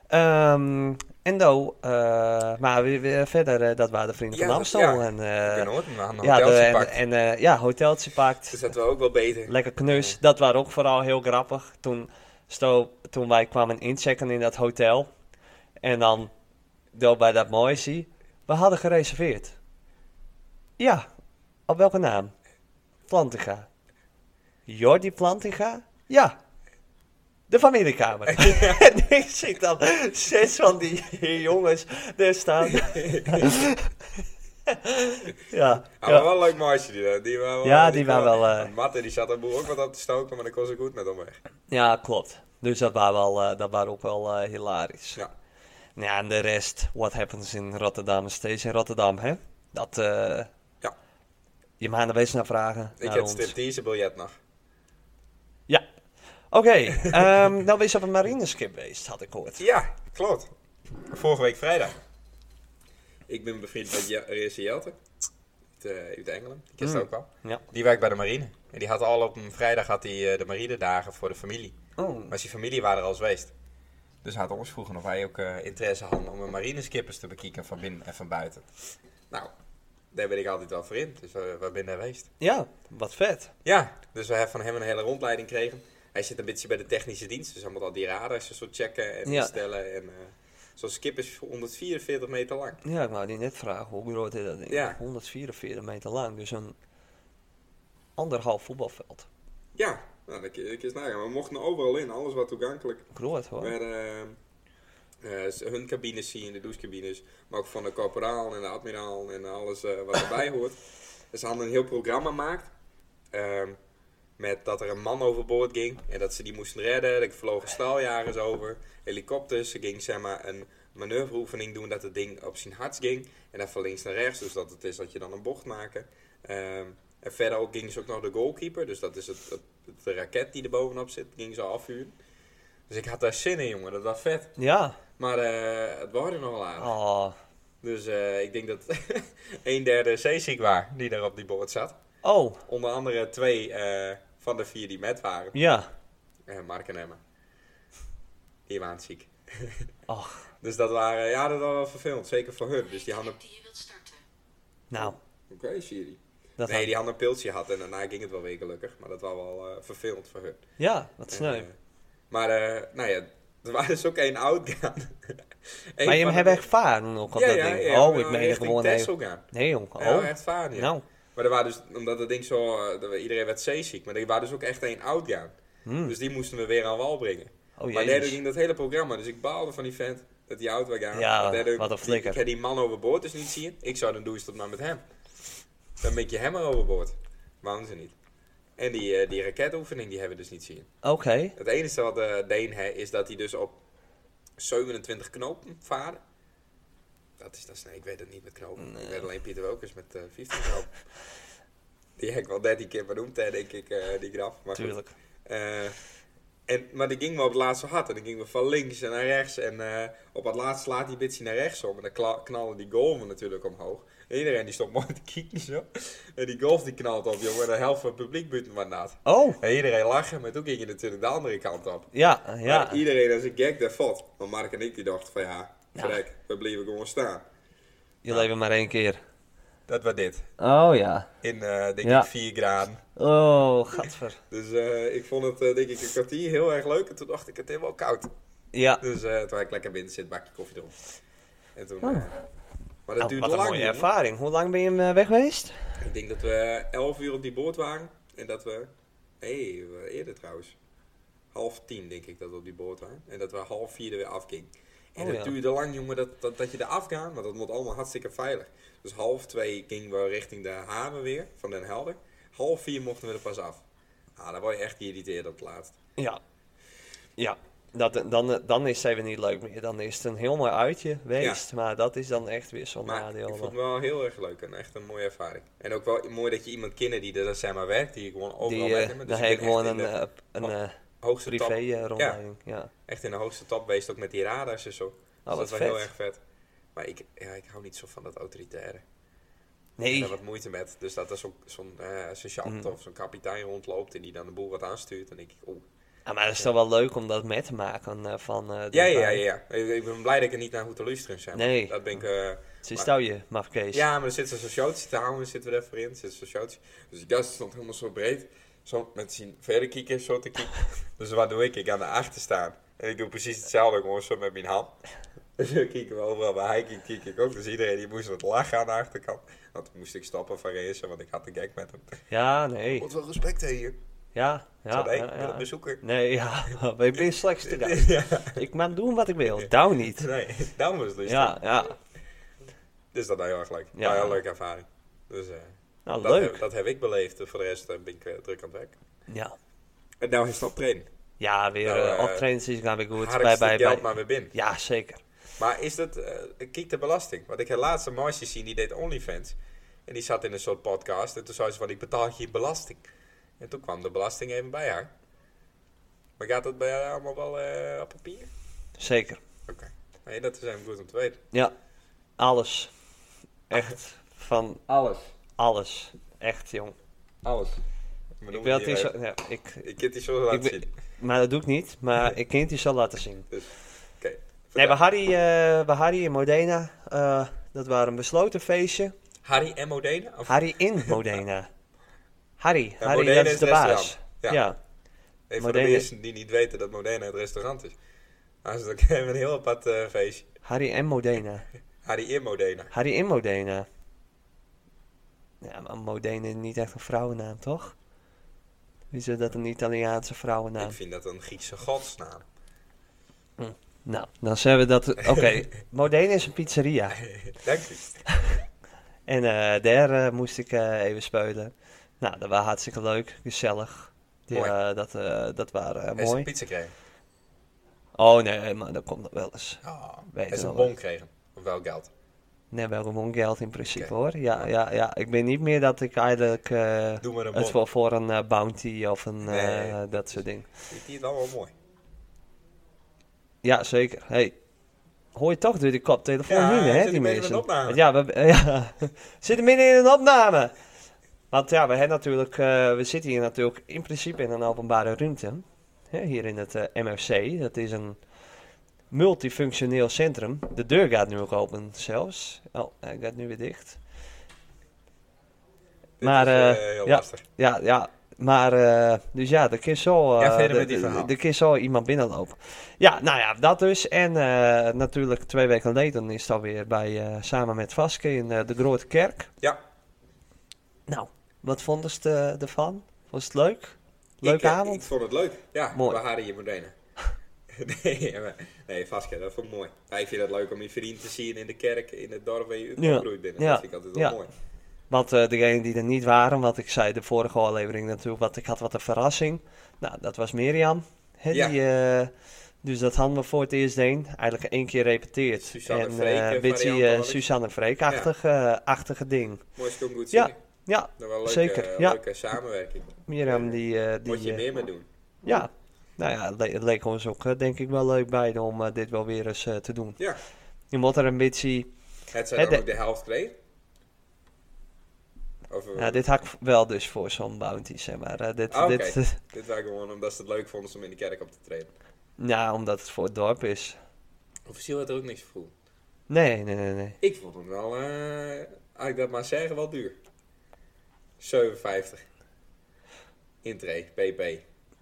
S1: Ehm, en nou, eh, maar weer, weer verder, eh, dat waren de vrienden
S2: Ja,
S1: van
S2: dat-
S1: Amstel.
S2: ja.
S1: En,
S2: Ik
S1: eh,
S2: ben nooit een aan een
S1: ja, de-
S2: hoteltje
S1: en,
S2: pakt.
S1: en eh, ja, hoteltje pakt.
S2: Dus dat we ook wel beter.
S1: Lekker knus. Dat was ook vooral heel grappig. Toen, sto, toen wij kwamen inchecken in dat hotel. En dan door bij dat Moisie. We hadden gereserveerd. Ja, op welke naam? Plantinga. Jordi Plantinga? Ja. De familiekamer. en ik zie dan zes van die jongens daar staan. ja,
S2: Ah, maar
S1: ja,
S2: wel een leuk meisje die daar. Die waren wel,
S1: Ja, die waren
S2: kwam-
S1: wel, eh,
S2: want Matte die zat daar boel ook wat op te stoken, maar dat kon ze goed met omweg.
S1: ja, klopt. Dus dat was wel, eh, dat was ook wel eh, hilarisch. Nou
S2: Ja.
S1: Ja, en de rest, what happens in Rotterdam is steeds in Rotterdam, hè? Dat, eh
S2: Ja.
S1: Je mag er wees naar vragen.
S2: Ik
S1: naar
S2: heb
S1: ons.
S2: het striptease biljet nog.
S1: Ja. Oké, ehm, nou wees op een marineschip geweest, had ik gehoord.
S2: Ja, klopt. Vorige week vrijdag. Ik ben bevriend met Ja- Reese Jelte. Uit, eh, uit Engeland. Die kist ook wel.
S1: Ja.
S2: Die werkt bij de marine. En die had al op een vrijdag had hij eh, de marinedagen voor de familie.
S1: Oh.
S2: Maar zijn familie waren er al eens geweest. Dus hij had ons vroegen of wij ook eh, interesse hadden om een marineskippers te bekijken van binnen en van buiten. Nou, daar ben ik altijd wel voor in. Dus eh, we zijn daar geweest.
S1: Ja, wat vet.
S2: Ja, dus we hebben van hem een hele rondleiding gekregen. Hij zit een beetje bij de technische dienst, dus hij moet al die radars en zo checken en
S1: Ja.
S2: stellen. En, eh, Zo'n skip is 144 meter lang.
S1: Ja, ik wou die net vragen, hoe groot is dat ding?
S2: Ja.
S1: 144 meter lang, dus een anderhalf voetbalveld.
S2: Ja, nou, dat kun je- dat kun je eens nagaan. We mochten er overal in, alles wat toegankelijk.
S1: Groot hoor.
S2: Maar eh, eh, ze- hun cabines zien, de douchecabines, maar ook van de korporaal en de admiraal en alles eh, wat erbij hoort. Dus ze hadden een heel programma gemaakt. ehm, met dat er een man overboord ging en dat ze die moesten redden. Er vlogen straaljagers over, helikopters. Ze gingen zeg maar een manoeuvreoefening doen dat het ding op zijn hart ging. En dan van links naar rechts, dus dat het is dat je dan een bocht maken. Ehm, en verder ook gingen ze ook nog de goalkeeper, dus dat is het, het, de raket die er bovenop zit, gingen ze afvuren. Dus ik had daar zin in, jongen. Dat was vet.
S1: Ja.
S2: Maar eh, het waren er nogal aan.
S1: Oh.
S2: Dus eh, ik denk dat een derde zeeziek waren die daar op die boord zat.
S1: oh,
S2: Onder andere twee eh, van de vier die met waren.
S1: ja.
S2: Eh, Mark en Emma. Die waren ziek.
S1: Och,
S2: Dus dat waren, ja, dat was wel vervelend. Zeker voor hun. Dus die hadden,
S5: die je wilt starten.
S1: nou.
S2: oké Siri.
S1: Dat
S2: Nee, die hadden een piltje gehad en daarna ging het wel weer gelukkig. Maar dat was wel eh, vervelend voor hun.
S1: Ja, wat sneu.
S2: En, eh, maar, eh, nou ja, er waren dus ook één oud gaan.
S1: maar je hem hebt echt varen ook al dat ding. oh, ik
S2: maar
S1: meen er
S2: richting
S1: gewoon even.
S2: Texel gaan.
S1: Nee jong,
S2: Ja,
S1: oh.
S2: echt varen, ja.
S1: Nou,
S2: Maar er waren dus, omdat dat ding zo, eh, dat we- iedereen werd zeeziek, maar er waren dus ook echt één oud gaan.
S1: hmm.
S2: Dus die moesten we weer aan wal brengen.
S1: oh
S2: maar daardoor
S1: jezus.
S2: ging dat hele programma, dus ik baalde van die vent dat die oud was gaan.
S1: Ja,
S2: En daardoor-
S1: wat een
S2: die-
S1: flikker.
S2: Ik heb die man overboord dus niet zien. Ik zou dan doen, stop maar met hem. Dan ben je hem maar overboord. Wouden ze niet. En die, eh, die raketoefening die hebben we dus niet zien.
S1: Oké,
S2: Het enige wat eh Deen hè, is dat hij dus op 27 knopen vaarde. Dat is, dat is, nee, ik weet het niet met knopen. Ik weet alleen Pieter Wilkens met eh 15 knopen. Die heb ik wel 13 keer benoemd, hè, denk ik, eh, die graf. Maar, goed.
S1: tuurlijk.
S2: Eh, en, maar die ging wel op het laatste hard. En dan ging we van links en naar rechts. En eh, op het laatst slaat die bitsie naar rechts om. En dan kla- knallen die golven natuurlijk omhoog. En iedereen die stond mooi te kijken zo. En die golf die knalt op, jongen. En de helft van het publiek buurt maar naad.
S1: Oh,
S2: En iedereen lachen, maar toen ging je natuurlijk de andere kant op.
S1: ja, ja.
S2: Maar iedereen als een gag daar valt. Maar Mark en ik die dachten van ja, verrek, we blijven gewoon staan.
S1: Je leven maar één keer.
S2: Dat was dit.
S1: Oh ja.
S2: In eh, denk
S1: Ja.
S2: ik 4 graden.
S1: Oh, gadver.
S2: Dus eh, ik vond het eh, denk ik een kwartier heel erg leuk. En toen dacht ik het helemaal koud.
S1: Ja.
S2: Dus eh, toen had ik lekker binnen zit, bakje koffie erop. En toen, eh, maar dat
S1: Oh,
S2: duurde
S1: wat een
S2: lang.
S1: mooie
S2: jongen.
S1: ervaring. Hoe lang ben je hem eh, weg geweest?
S2: Ik denk dat we 11 uur op die boot waren. En dat we, hé, we waren eerder trouwens. Half tien denk ik dat we op die boot waren. En dat we half vier er weer afgingen. En
S1: Oh,
S2: het
S1: ja.
S2: duurde lang jongen dat, dat, dat je er afgaat, maar dat moet allemaal hartstikke veilig. Dus half twee gingen we richting de haven weer, van Den Helder. Half vier mochten we er pas af. Ah, dan word je echt geïrriteerd op het laatst.
S1: Ja. Ja. Dat, eh, dan, dan is het even niet leuk meer. Dan is het een heel mooi uitje geweest. Maar dat is dan echt weer zo'n
S2: Maar ik
S1: nadeel.
S2: vond het wel heel erg leuk en echt een mooie ervaring. En ook wel mooi dat je iemand kennen die er zeg maar werkt, die je gewoon overal
S1: Die,
S2: bij
S1: eh,
S2: hebt. Dus
S1: dan
S2: ik
S1: heb ik
S2: ben echt
S1: gewoon
S2: in
S1: een,
S2: de
S1: eh, een eh,
S2: hoogste top-
S1: privé-rondleiding. Ja.
S2: echt in de hoogste top geweest, ook met die radars en zo. Dus
S1: Oh, wat
S2: dat was
S1: vet.
S2: heel erg vet. Maar ik, ja, ik hou niet zo van dat autoritaire. Ik
S1: Nee.
S2: heb daar wat moeite met. Dus dat er zo- zo'n eh sergeant
S1: Mm.
S2: of zo'n kapitein rondloopt en die dan de boel wat aanstuurt. En ik, oeh.
S1: Ah, maar het is toch wel leuk om dat mee te maken eh, van... eh,
S2: Ja, ja, ja,
S1: dichtbij.
S2: ja. Ik, ik ben blij dat ik er niet naar hoef te luisteren. Zeg maar.
S1: Nee.
S2: Dat ben ik... eh,
S1: Ze
S2: Maar-
S1: stel je, mafkees.
S2: Ja, maar er zit zo'n showtje te houden, zitten we er even in, zit zo'n showtje. Dus die gast stond helemaal zo breed, zo met zijn verder kieken, zo te kieken. Dus wat doe ik? Ik aan de achter staan. En ik doe precies hetzelfde, gewoon zo met mijn hand. Dus dan kieken we overal, bij hij kiekt, kiek ik ook. Dus iedereen die moest wat lachen aan de achterkant. Want toen moest ik stoppen van racen, want ik had een gek met hem.
S1: Ja, nee.
S2: Moet wel respect hebben hier.
S1: Ja,
S2: Ja,
S1: ja,
S2: nee,
S1: ja,
S2: ik ben
S1: ja.
S2: een bezoeker.
S1: Nee, ja. Ik ben slechts te gast.
S2: Ja,
S1: Ik mag doen wat ik wil. Douw niet.
S2: nee, daarom was het lustig.
S1: Ja, ja.
S2: Dus dat was heel erg leuk.
S1: Ja.
S2: Ja. Heel leuke ervaring. Dus eh,
S1: Nou,
S2: dat, heb,
S1: leuk.
S2: dat heb ik beleefd. Voor de rest eh, ben ik eh, druk aan het werk.
S1: Ja.
S2: En nou is dat trainen.
S1: Ja, weer
S2: Nou,
S1: eh,
S2: eh,
S1: optredens is gaan weer goed.
S2: Harkst
S1: Bij,
S2: het
S1: bij,
S2: geld
S1: bij.
S2: maar weer binnen.
S1: Ja, zeker.
S2: Maar is dat, eh kijk de belasting. Want ik heb laatst een meisje zien, die deed OnlyFans. En die zat in een soort podcast. En toen zei ze van, ik betaal geen belasting. En toen kwam de belasting even bij haar. Maar gaat dat bij haar allemaal wel eh, op papier?
S1: Zeker.
S2: Oké. Nee, dat is even goed om te weten.
S1: Ja. Alles. Echt. Van
S2: Alles.
S1: alles. Echt, jong.
S2: Alles.
S1: Ik wil het zo... Ja, ik...
S2: eh, Ik heb die zo laten
S1: Ik ben-
S2: zien. Dus,
S1: Maar dat doe ik niet. Maar ik kan het je zo laten zien.
S2: Oké.
S1: Nee, bij Harry, eh bij Harry in Modena. eh, dat waren een besloten feestje.
S2: Harry en Modena? Of
S1: Harry in Modena. Harry,
S2: Ja,
S1: Harry
S2: Modena
S1: dat is
S2: is
S1: de baas.
S2: restaurant. Ja.
S1: Ja.
S2: een van de
S1: Modena.
S2: eersten die niet weten dat Modena het restaurant is. Nou, dus dan krijgen we een heel apart eh, feestje.
S1: Harry en Modena.
S2: Harry in Modena.
S1: Harry in Modena. Ja, maar Modena is niet echt een vrouwennaam, toch? Is dat een Italiaanse vrouwennaam?
S2: Ik vind dat een Griekse godsnaam.
S1: Nou, dan zijn we dat... Oké, Modena is een pizzeria.
S2: Dank u.
S1: En eh, daar eh, moest ik eh, even spelen. Nou, dat was hartstikke leuk, gezellig. Die,
S2: Mooi.
S1: eh, dat, eh, dat waren eh,
S2: Hij is een
S1: mooi.
S2: pizza kregen.
S1: Oh nee, maar dat komt nog wel eens.
S2: Oh,
S1: Weet
S2: hij is
S1: wel
S2: een
S1: wat.
S2: bon kregen. Of wel geld.
S1: Nee, wel gewoon geld in principe
S2: Oké.
S1: hoor. Ja, ja, ja. Ik ben niet meer dat ik eigenlijk eh,
S2: Doe maar een
S1: het
S2: bon.
S1: voor, voor een eh, bounty of een
S2: Nee.
S1: eh, dat soort dingen.
S2: Die die is wel wel mooi.
S1: Ja, zeker. Hey, hoor je toch door die koptelefoon
S2: Ja,
S1: heen,
S2: we
S1: hè,
S2: zitten
S1: die
S2: midden in
S1: mensen?
S2: een opname.
S1: Ja, we eh, ja. we zitten midden in een opname. Want ja, we, hebben natuurlijk, eh, we zitten hier natuurlijk in principe in een openbare ruimte. Hè, hier in het eh, MFC. Dat is een multifunctioneel centrum. De deur gaat nu ook open zelfs. Oh, hij gaat nu weer dicht.
S2: Dit
S1: Maar,
S2: is,
S1: eh,
S2: eh, heel
S1: ja.
S2: lastig.
S1: Ja, ja. Maar, eh, dus ja, er kan zo, eh,
S2: Ja, verder
S1: de-
S2: met die
S1: de-
S2: verhaal.
S1: de kan zo iemand binnenlopen. Ja, nou ja, dat dus. En eh, natuurlijk twee weken later is dat weer bij, eh, samen met Vaske in eh, de Grote Kerk.
S2: Ja.
S1: Nou, wat vonden ze eh, ervan? Was het leuk?
S2: ik,
S1: Leuke
S2: eh,
S1: avond?
S2: Ik vond het leuk. Ja,
S1: Mooi.
S2: bij Harry in Modena. nee, maar- nee, Vaske, dat vond ik mooi. Ja, ik vind het leuk om je vriend te zien in de kerk, in het dorp waar je
S1: Ja.
S2: opgroeit bent.
S1: Ja.
S2: Dat vind ik altijd wel
S1: Ja.
S2: mooi.
S1: Want eh degenen die er niet waren, want ik zei de vorige aflevering natuurlijk, want ik had wat een verrassing. Nou, dat was Mirjam. Hè,
S2: Ja.
S1: die, eh, dus dat hadden we voor het eerst deen. Eigenlijk één keer repeteerd.
S2: Suzanne
S1: en
S2: Freek,
S1: eh,
S2: eh,
S1: een beetje
S2: variant
S1: eh,
S2: wel eens.
S1: Suzanne Freek-achtige achtige ding.
S2: Mooi stom goed
S1: Ja.
S2: zien.
S1: Ja,
S2: Dat wel leuke,
S1: Zeker, ja.
S2: leuke samenwerking.
S1: Mirjam die... eh, die
S2: Moet je
S1: eh,
S2: meer mee doen.
S1: ja, nou ja, het, le- het leek ons ook eh, denk ik wel leuk beide om eh, dit wel weer eens eh, te doen.
S2: Ja.
S1: Je moet er een beetje...
S2: Het zijn
S1: Het-
S2: dan ook de helft kreeg. Of, eh,
S1: Nou, dit hak ik wel dus voor zo'n bounty, zeg maar. Eh, dit,
S2: Ah, oké.
S1: dit,
S2: Dit waren gewoon omdat ze het leuk vonden om in de kerk op te treden.
S1: nou, omdat het voor het dorp is.
S2: Officieel had er ook niks voor. voel.
S1: Nee, nee, nee, nee.
S2: Ik vond hem wel, eh als ik dat maar zeggen, wel duur. 7,50. Intree, pp.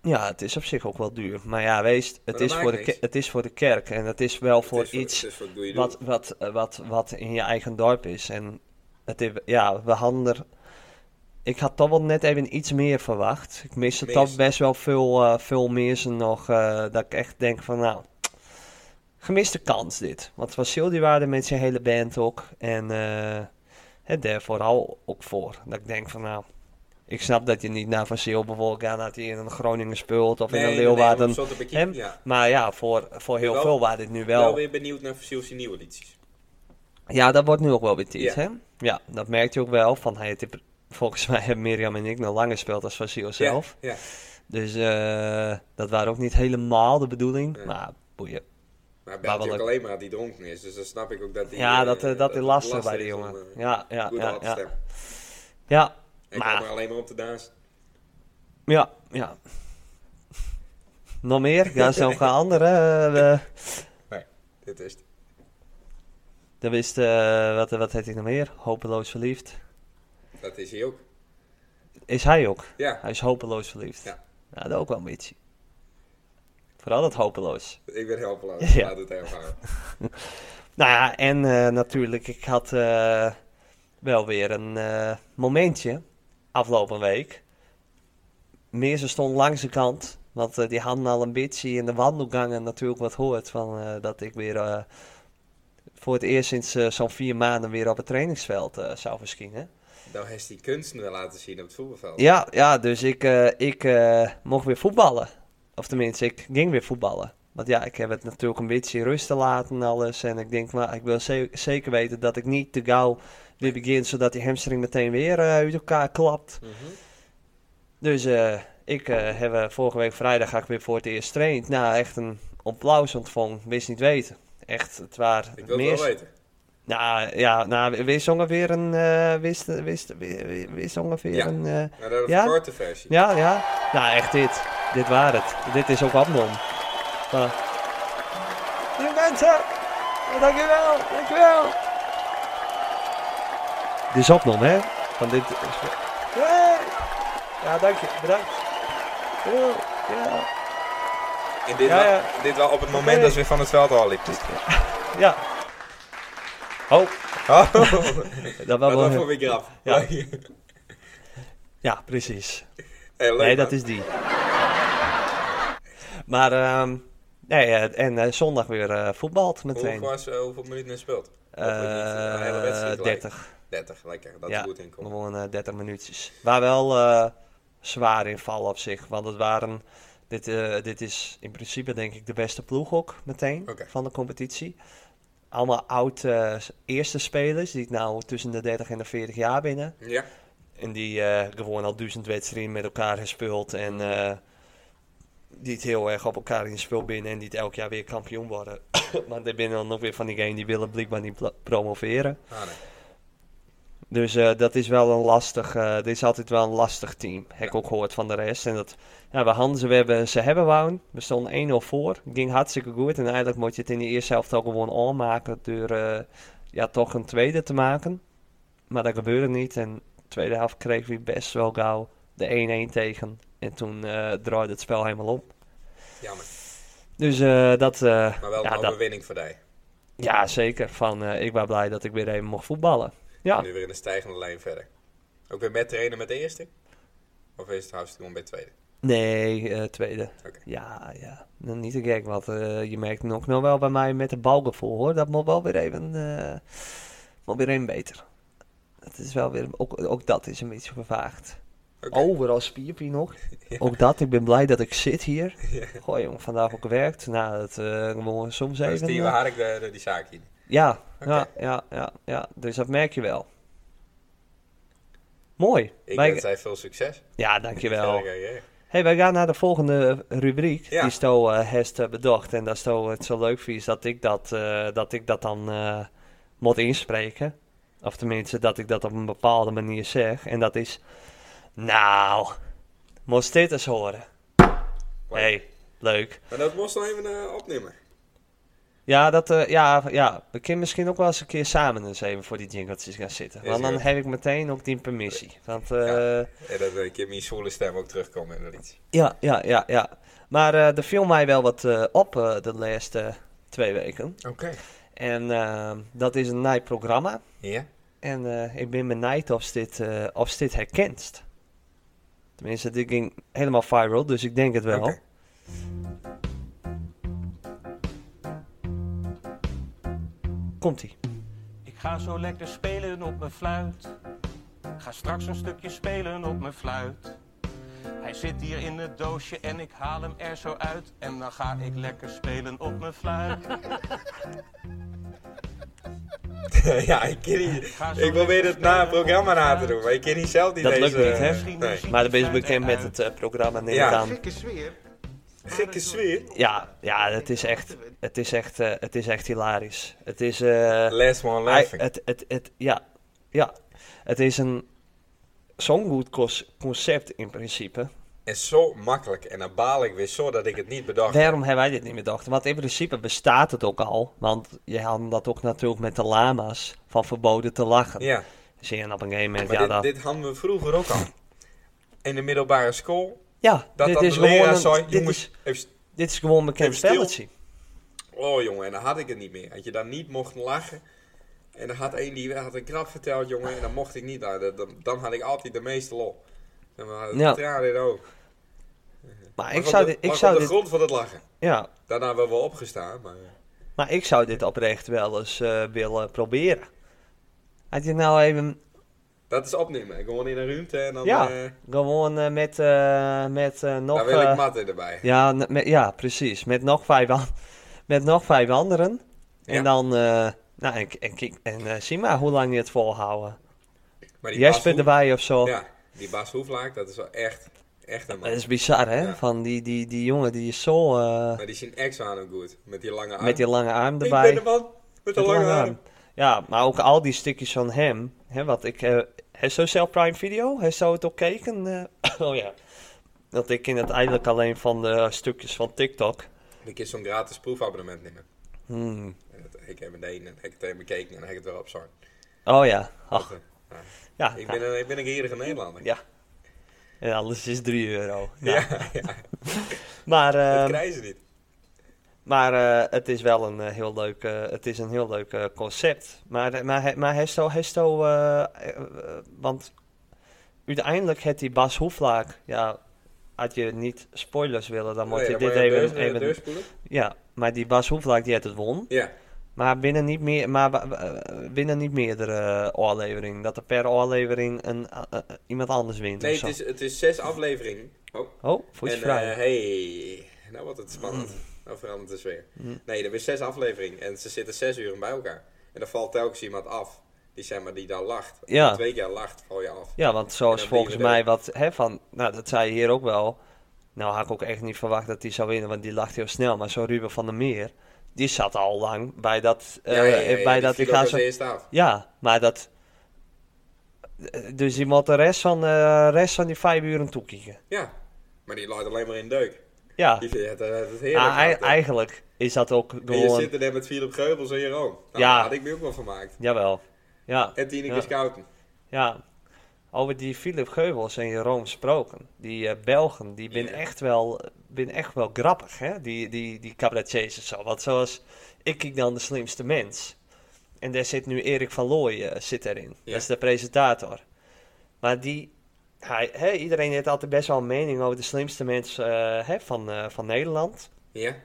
S1: Ja, het is op zich ook wel duur. Maar ja, wees, het,
S2: dat
S1: is
S2: maakt
S1: voor de,
S2: niks.
S1: ke- het is voor de kerk. En het is wel voor
S2: Het is
S1: iets
S2: het is voor doe je
S1: wat,
S2: doe.
S1: wat, eh, wat, wat in je eigen dorp is. En het is, ja, we hadden er... Ik had toch wel net even iets meer verwacht. Ik miste toch
S2: Mist.
S1: best wel veel, eh, veel meer ze nog. eh, dat ik echt denk van, nou... Gemiste kans dit. Want Vasil die waren er met zijn hele band ook. En eh het daar vooral ook voor. Dat ik denk van, nou... Ik snap dat je niet naar Vasil bijvoorbeeld gaat... dat hij in een Groningen speelt of in een Leeuwarden.
S2: om zo te bekijken,
S1: Hem?
S2: ja.
S1: maar ja, voor, voor heel
S2: Wel-
S1: veel waren dit nu
S2: Wel.
S1: wel...
S2: weer benieuwd naar Fossiel's nieuwe liedjes.
S1: Ja, dat wordt nu ook wel weer
S2: Ja.
S1: tijd, hè? Ja, dat merkt je ook wel. Van, hey, het is- volgens mij hebben Mirjam en ik nog langer gespeeld als Vasil zelf.
S2: Ja, ja.
S1: Dus eh, dat waren ook niet helemaal de bedoeling.
S2: Nee.
S1: Maar boeien.
S2: Maar
S1: Maar
S2: belt
S1: wel
S2: hij ook
S1: leuk.
S2: alleen maar dat hij dronken is. Dus dan snap ik ook dat hij...
S1: ja,
S2: eh,
S1: dat, eh, dat is
S2: het
S1: lastig bij die
S2: is om,
S1: jongen.
S2: eh,
S1: ja, ja,
S2: goed
S1: ja,
S2: aan te
S1: ja.
S2: stemmen. eh,
S1: Ja,
S2: Hij
S1: Maar-
S2: komt er alleen maar op te dansen.
S1: ja, ja. Nog meer? Ja, zo gaan anderen. eh, eh,
S2: Dit is het.
S1: dat wist, eh, wat, wat heet hij nog meer? Hopeloos verliefd.
S2: Dat is hij ook.
S1: Is hij ook?
S2: Ja,
S1: Hij is hopeloos verliefd.
S2: Ja.
S1: Ja, dat ook wel een beetje. Vooral dat hopeloos.
S2: ik ben helpeloos.
S1: Ja.
S2: Laat het ervaren.
S1: Nou ja, en eh, natuurlijk, ik had eh, wel weer een eh, momentje afgelopen week. Meersen stond langs de kant, want eh, die hadden al een beetje in de wandelgangen natuurlijk wat hoort van eh, dat ik weer eh, voor het eerst sinds eh, zo'n vier maanden weer op het trainingsveld eh, zou verschijnen.
S2: Nou, heeft die kunsten wel laten zien op het voetbalveld.
S1: Ja, ja, dus ik, eh, ik eh, mocht weer voetballen. Of tenminste, ik ging weer voetballen. Want ja, ik heb het natuurlijk een beetje in rust te laten en alles. En ik denk, maar ik wil ze- zeker weten dat ik niet te gauw weer begin, zodat die hamstring meteen weer eh, uit elkaar klapt.
S2: Mhm.
S1: Dus eh, ik eh, heb eh, vorige week vrijdag ga ik weer voor het eerst traind. Nou, echt een applaus ontvangen, wist niet weten. Echt, het waar.
S2: Ik wil het
S1: meer-
S2: wel weten.
S1: Nou ja, nou, wist ongeveer een. eh, wist, wist, wist, wist ongeveer
S2: Ja.
S1: een. eh,
S2: Maar Nou, dat is
S1: Ja?
S2: een korte versie.
S1: ja, ja. Nou, echt dit. Dit waar het. Dit is ook Admon. Maar... Lieve mensen, ja, dankjewel, dankjewel. Dit is opgenomen, hè? Van dit... is- Hey! Ja, dank je. Bedankt. Heel, Ja,
S2: En dit,
S1: Ja, ja.
S2: Wel, dit wel op het moment
S1: Oké.
S2: dat ze weer van het veld al liep.
S1: ja. Oh,
S2: Oh,
S1: dat was
S2: dat
S1: wel...
S2: was voor weer grap.
S1: Ja. Ja, precies.
S2: Hey, leuk,
S1: Nee,
S2: man.
S1: dat is die. Maar, ehm, nee, eh, en eh, zondag weer eh, voetbalt
S2: Hoe
S1: meteen.
S2: was, eh, hoeveel minuten hij speelt?
S1: Eh,
S2: Of minuten? Een hele wedstrijd, lijkt.
S1: 30.
S2: 30, lekker. Dat
S1: Ja.
S2: is goed inkomen.
S1: Gewoon eh, 30 minuutjes. Waar wel eh, zwaar in vallen op zich. Want het waren. Dit, eh, dit is in principe denk ik de beste ploeg ook meteen
S2: Oké.
S1: van de competitie. Allemaal oud eh, eerste spelers die nou tussen de 30 en de 40 jaar binnen.
S2: Ja,
S1: En die eh, gewoon al duizend wedstrijden met elkaar gespeeld.
S2: Mm.
S1: En eh, die het heel erg op elkaar in speel binnen. En die het elk jaar weer kampioen worden. maar er binnen dan nog weer van die game die willen blijkbaar niet pla- promoveren.
S2: ah, nee.
S1: Dus eh, dat is wel een lastig. eh, dit is altijd wel een lastig team. Heb ik ook gehoord van de rest. En dat, ja, we Hansen, we hebben, ze hebben woon. We stonden 1-0 voor. Ging hartstikke goed. En eigenlijk moet je het in de eerste helft al gewoon aanmaken. Door eh, ja, toch een tweede te maken. Maar dat gebeurde niet. En de tweede helft kregen we best wel gauw de 1-1 tegen. En toen eh, draaide het spel helemaal op.
S2: jammer.
S1: Dus eh, dat. eh,
S2: Maar wel
S1: ja,
S2: een
S1: dat-
S2: overwinning voor die.
S1: ja, zeker. Van, eh, ik ben blij dat ik weer even mocht voetballen. Ja.
S2: Nu weer in de stijgende lijn verder. Ook weer met trainen met de eerste? Of is het hartstikke gewoon bij het tweede?
S1: Nee, eh, tweede.
S2: Oké.
S1: Ja, ja. Nou, Niet te gek, want eh, je merkt nog nog wel bij mij met de balgevoel hoor. Dat moet wel weer even, eh, moet weer even beter. Het is wel weer, ook, ook dat is een beetje vervaagd.
S2: Oké.
S1: Overal spierpijn nog. Ook dat, ik ben blij dat ik zit hier. Goh jongen, vandaag ook gewerkt. Nou, dat eh, gewoon soms
S2: Dus
S1: even...
S2: die
S1: eh,
S2: waar ik de, de- die zaak in.
S1: ja,
S2: Oké.
S1: ja, ja, ja, ja. Dus dat merk je wel. Mooi.
S2: Ik
S1: Wij-
S2: wens hij veel succes.
S1: Ja, dankjewel.
S2: Ja, ja, ja.
S1: Hey, wij gaan naar de volgende rubriek
S2: Ja.
S1: die Sto eh heeft eh, bedacht. En dat Sto het zo leuk vindt dat ik dat, eh, dat, ik dat dan eh, moet inspreken. Of tenminste, dat ik dat op een bepaalde manier zeg. En dat is... Nou, moest dit eens horen.
S2: Leuk.
S1: hey, leuk.
S2: Maar dat moest nog even eh, opnemen.
S1: Ja, dat, eh, ja, ja, we kunnen misschien ook wel eens een keer samen eens even voor die jingletjes gaan zitten.
S2: Is
S1: Want dan
S2: goed.
S1: heb ik meteen ook die permissie. Want... eh,
S2: Ja. En dat eh, ik in mijn zwoele stem ook terugkomen en iets.
S1: Ja, ja, ja, ja. Maar eh er viel mij wel wat eh, op eh, de laatste twee weken.
S2: Oké.
S1: En ehm, dat is een nieuw programma.
S2: Ja?
S1: En eh, ik ben benieuwd of ze dit, eh, of ze dit herkent. Tenminste, dit ging helemaal viral, dus ik denk het wel.
S2: Oké.
S1: Komt-ie.
S5: Ik ga zo lekker spelen op mijn fluit. Ga straks een stukje spelen op mijn fluit. Hij zit hier in het doosje en ik haal hem er zo uit. En dan ga ik lekker spelen op mijn fluit.
S2: ja, ik, ken niet,
S5: Ga zo
S2: ik probeer
S5: lekker
S2: het na
S5: spelen
S2: het programma
S5: op mijn
S2: na te
S5: fluit.
S2: doen, maar ik ken niet zelf die
S1: Dat
S2: deze...
S1: lukt niet, hè?
S2: eh, Nee.
S1: Maar dan ben je bekend met het eh, programma, neem
S2: Ja.
S1: ik aan.
S4: Gekke sfeer.
S2: Gekke sfeer.
S1: Ja, ja het is echt, het is echt, eh, het is echt hilarisch. Het is... eh,
S2: Last one
S1: Hij-
S2: laughing.
S1: het, het, het, ja, ja, het is een songwood cos- concept in principe.
S2: is zo makkelijk en dan baal ik weer zo dat ik het niet bedacht heb.
S1: Waarom hebben wij dit niet bedacht? Want in principe bestaat het ook al. Want je had dat ook natuurlijk met de lama's van verboden te lachen.
S2: Ja,
S1: Zie je dan op een gegeven moment,
S2: maar
S1: ja,
S2: dit,
S1: dat,
S2: dit hadden we vroeger ook al. In de middelbare school.
S1: ja,
S2: Dat
S1: dit
S2: dan
S1: is
S2: de leraar
S1: gewoon een-
S2: zei,
S1: dit,
S2: jongens,
S1: is,
S2: even st-
S1: dit is gewoon een bekend
S2: even stil.
S1: spelletje.
S2: Oh jongen, en dan had ik het niet meer. Had je dan niet mocht lachen. En dan had één die had een grap verteld, jongen, en dan mocht ik niet. Nou, dat- dan, dan had ik altijd de meeste lol. Dan had ik
S1: Ja.
S2: tranen in de ogen.
S1: Maar
S2: Lag
S1: ik
S2: op
S1: zou
S2: de-
S1: dit, ik
S2: lag
S1: zou
S2: op de
S1: dit,
S2: grond van het lachen.
S1: ja,
S2: Daarna hebben we wel opgestaan, maar... eh,
S1: maar ik zou dit oprecht wel eens eh, willen proberen. Had je nou even
S2: Dat is opnemen. Gewoon in een ruimte en dan...
S1: Ja,
S2: eh,
S1: gewoon eh, met, eh, met eh, nog...
S2: dan wil ik
S1: eh,
S2: matten erbij.
S1: Ja, n- met- ja precies. Met nog vijf, an- met nog vijf anderen.
S2: Ja.
S1: En dan, eh, nou, en, en, kijk- en eh, zie maar hoe lang je het volhouden.
S2: Maar die Bas
S1: Jesper
S2: Hoef-
S1: erbij of zo.
S2: Ja, die Bas Hoeflaak, dat is wel echt, echt een man.
S1: Dat is bizar, hè?
S2: Ja.
S1: Van die, die, die jongen die is zo eh,
S2: Maar die zien extra aan hem goed. Met die lange arm.
S1: met die lange arm
S2: ik
S1: erbij.
S2: ben de man met de
S1: Met
S2: lange,
S1: lange
S2: arm.
S1: arm. Ja, maar ook al die stukjes van hem. Hè, wat ik, eh hij zo zelf Prime Video? Hij zou het ook kijken? eh? oh ja. Dat ik in het eigenlijk alleen van de stukjes van TikTok.
S2: Ik kan zo'n gratis proefabonnement nemen.
S1: Hmm.
S2: En dat- Ik heb het een en ik heb het even bekeken en dan heb ik het wel op zorg.
S1: Oh ja. Ach,
S2: Ja,
S1: Ja,
S2: Ik
S1: nou,
S2: ben een, ik ben een gierige Nederlander.
S1: ja. En alles is 3 euro.
S2: Ja,
S1: Nou,
S2: ja,
S1: Maar,
S2: dat
S1: ehm,
S2: krijgen ze niet.
S1: maar eh, het is wel een eh, heel leuk, eh, het is een heel leuk eh, concept. Maar, eh, maar, he- maar Hesto, Hesto eh, eh, eh, want uiteindelijk heeft die Bas Hoeflaak, ja, had je niet spoilers willen, dan moet
S2: Oh ja,
S1: je dit
S2: maar
S1: even...
S2: deur-
S1: even
S2: deur spoelen?
S1: Ja, maar die Bas Hoeflaak die had het won.
S2: Ja,
S1: Maar binnen niet, meer, maar wa- wa- binnen niet meerdere oorleveringen. Dat er per oorlevering een, eh, eh, iemand anders wint
S2: nee,
S1: of
S2: het
S1: zo.
S2: is, het is zes afleveringen. Oh,
S1: Oh,
S2: en
S1: voetvrij.
S2: eh, hey, nou wordt het spannend.
S1: Mm.
S2: Nou verandert de sfeer. Nee, er is zes afleveringen en ze zitten zes uren bij elkaar. En dan valt telkens iemand af. Die zeg maar, die dan lacht. Als
S1: Ja.
S2: je Twee keer lacht, val je af.
S1: ja, want
S2: en
S1: zoals
S2: dan
S1: volgens
S2: blieben
S1: mij
S2: er-
S1: wat, hè, van, nou dat zei je hier ook wel. Nou had ik ook echt niet verwacht dat die zou winnen, want die lacht heel snel. Maar zo Ruben van der Meer, die zat al lang bij dat, eh,
S2: Ja, ja, ja, ja,
S1: bij
S2: die
S1: dat
S2: viel
S1: ik
S2: ook
S1: ga
S2: als
S1: zo.
S2: eerste af.
S1: Ja, maar dat. Dus die moet de rest van, eh, rest van die vijf uren toekijken.
S2: Ja, maar die laat alleen maar in deuk.
S1: Ja.
S2: Die vindt het, eh, het, het heerlijk.
S1: Ah, ei-
S2: laten.
S1: eigenlijk is dat ook
S2: en je
S1: gewoon.
S2: zit er net met Philip Geubels en Jeroen. Nou,
S1: Ja.
S2: Daar had ik me ook wel vermaakt.
S1: Jawel. Ja,
S2: En Tineke
S1: Ja.
S2: Scouten.
S1: ja. Over die Philip Geubels en Jeroen Sproken. Die eh, Belgen, die zijn
S2: Ja.
S1: echt, wel- bin echt wel grappig, hè? Die, die, die cabaretiers en zo. Want zoals ik kijk dan de slimste mens. En daar zit nu Erik van Looy eh, zit erin.
S2: Ja.
S1: Dat is de presentator. Maar die... Hij, hè, iedereen heeft altijd best wel een mening over de slimste mens eh, hè, van, eh, van Nederland.
S2: Ja?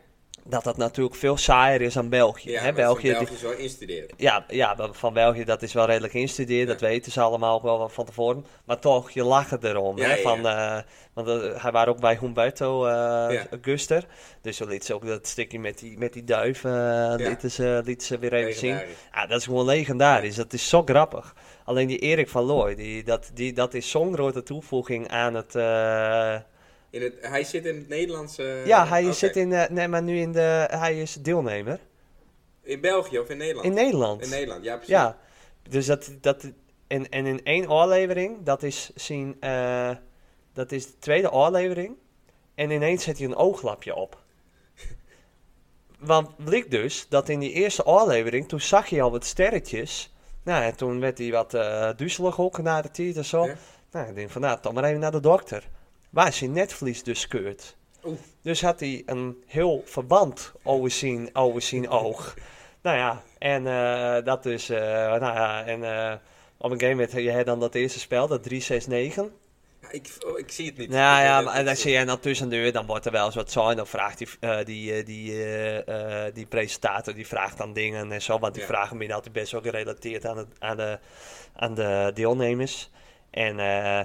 S1: Dat dat natuurlijk veel saaier is dan België.
S2: Ja,
S1: hè?
S2: maar België,
S1: die-
S2: België is wel instudeerd.
S1: Ja, ja, maar van België, dat is wel redelijk ingestudeerd. Dat weten ze allemaal ook wel wat van tevoren. Maar toch, je lacht erom.
S2: Ja,
S1: hè,
S2: ja,
S1: van, eh, want eh, hij was ook bij Humberto eh,
S2: Ja.
S1: Guster. Dus zo liet ze ook dat stukje met die, met die duif eh lieten ze, liet ze weer even zien.
S2: Legendarisch.
S1: Ja, dat is gewoon legendarisch. Dat is zo grappig. Alleen die Erik van Looy, die, dat, die, dat is zo'n grote toevoeging aan het... eh,
S2: In het, hij zit in het Nederlandse...
S1: ja, hij
S2: oké.
S1: zit in... eh, nee, maar nu in de... Hij is deelnemer.
S2: In België of in Nederland?
S1: In Nederland.
S2: Oh, In Nederland, ja precies.
S1: Ja, dus dat, dat en, en in één oorlevering, dat is zien, eh, dat is de tweede oorlevering. En ineens zet hij een ooglapje op. Want bleek dus dat in die eerste oorlevering, toen zag je al wat sterretjes. Nou, en toen werd hij wat eh duizelig ook na de tijd en zo.
S2: Ja.
S1: Nou, ik denk van, nou, dan maar even naar de dokter. Waar zijn netvlies dus keurt.
S2: Oeh.
S1: Dus had hij een heel verband over zijn, over zijn oog. Nou ja, en eh, dat dus, eh, nou ja, en eh, op een gegeven moment, je hebt dan dat eerste spel, dat 369.
S2: Ja, Ik, oh, ik zie het niet.
S1: Nou
S2: Ik-
S1: ja,
S2: ik-
S1: maar
S2: ik-
S1: dan zie je dan tussendoor, dan wordt er wel eens wat zo. En dan vraagt die, eh, die, eh, die, eh, eh, die presentator, die vraagt dan dingen en zo. Want die
S2: Ja.
S1: vragen ben altijd best wel gerelateerd aan, het, aan, de, aan de deelnemers. En eh,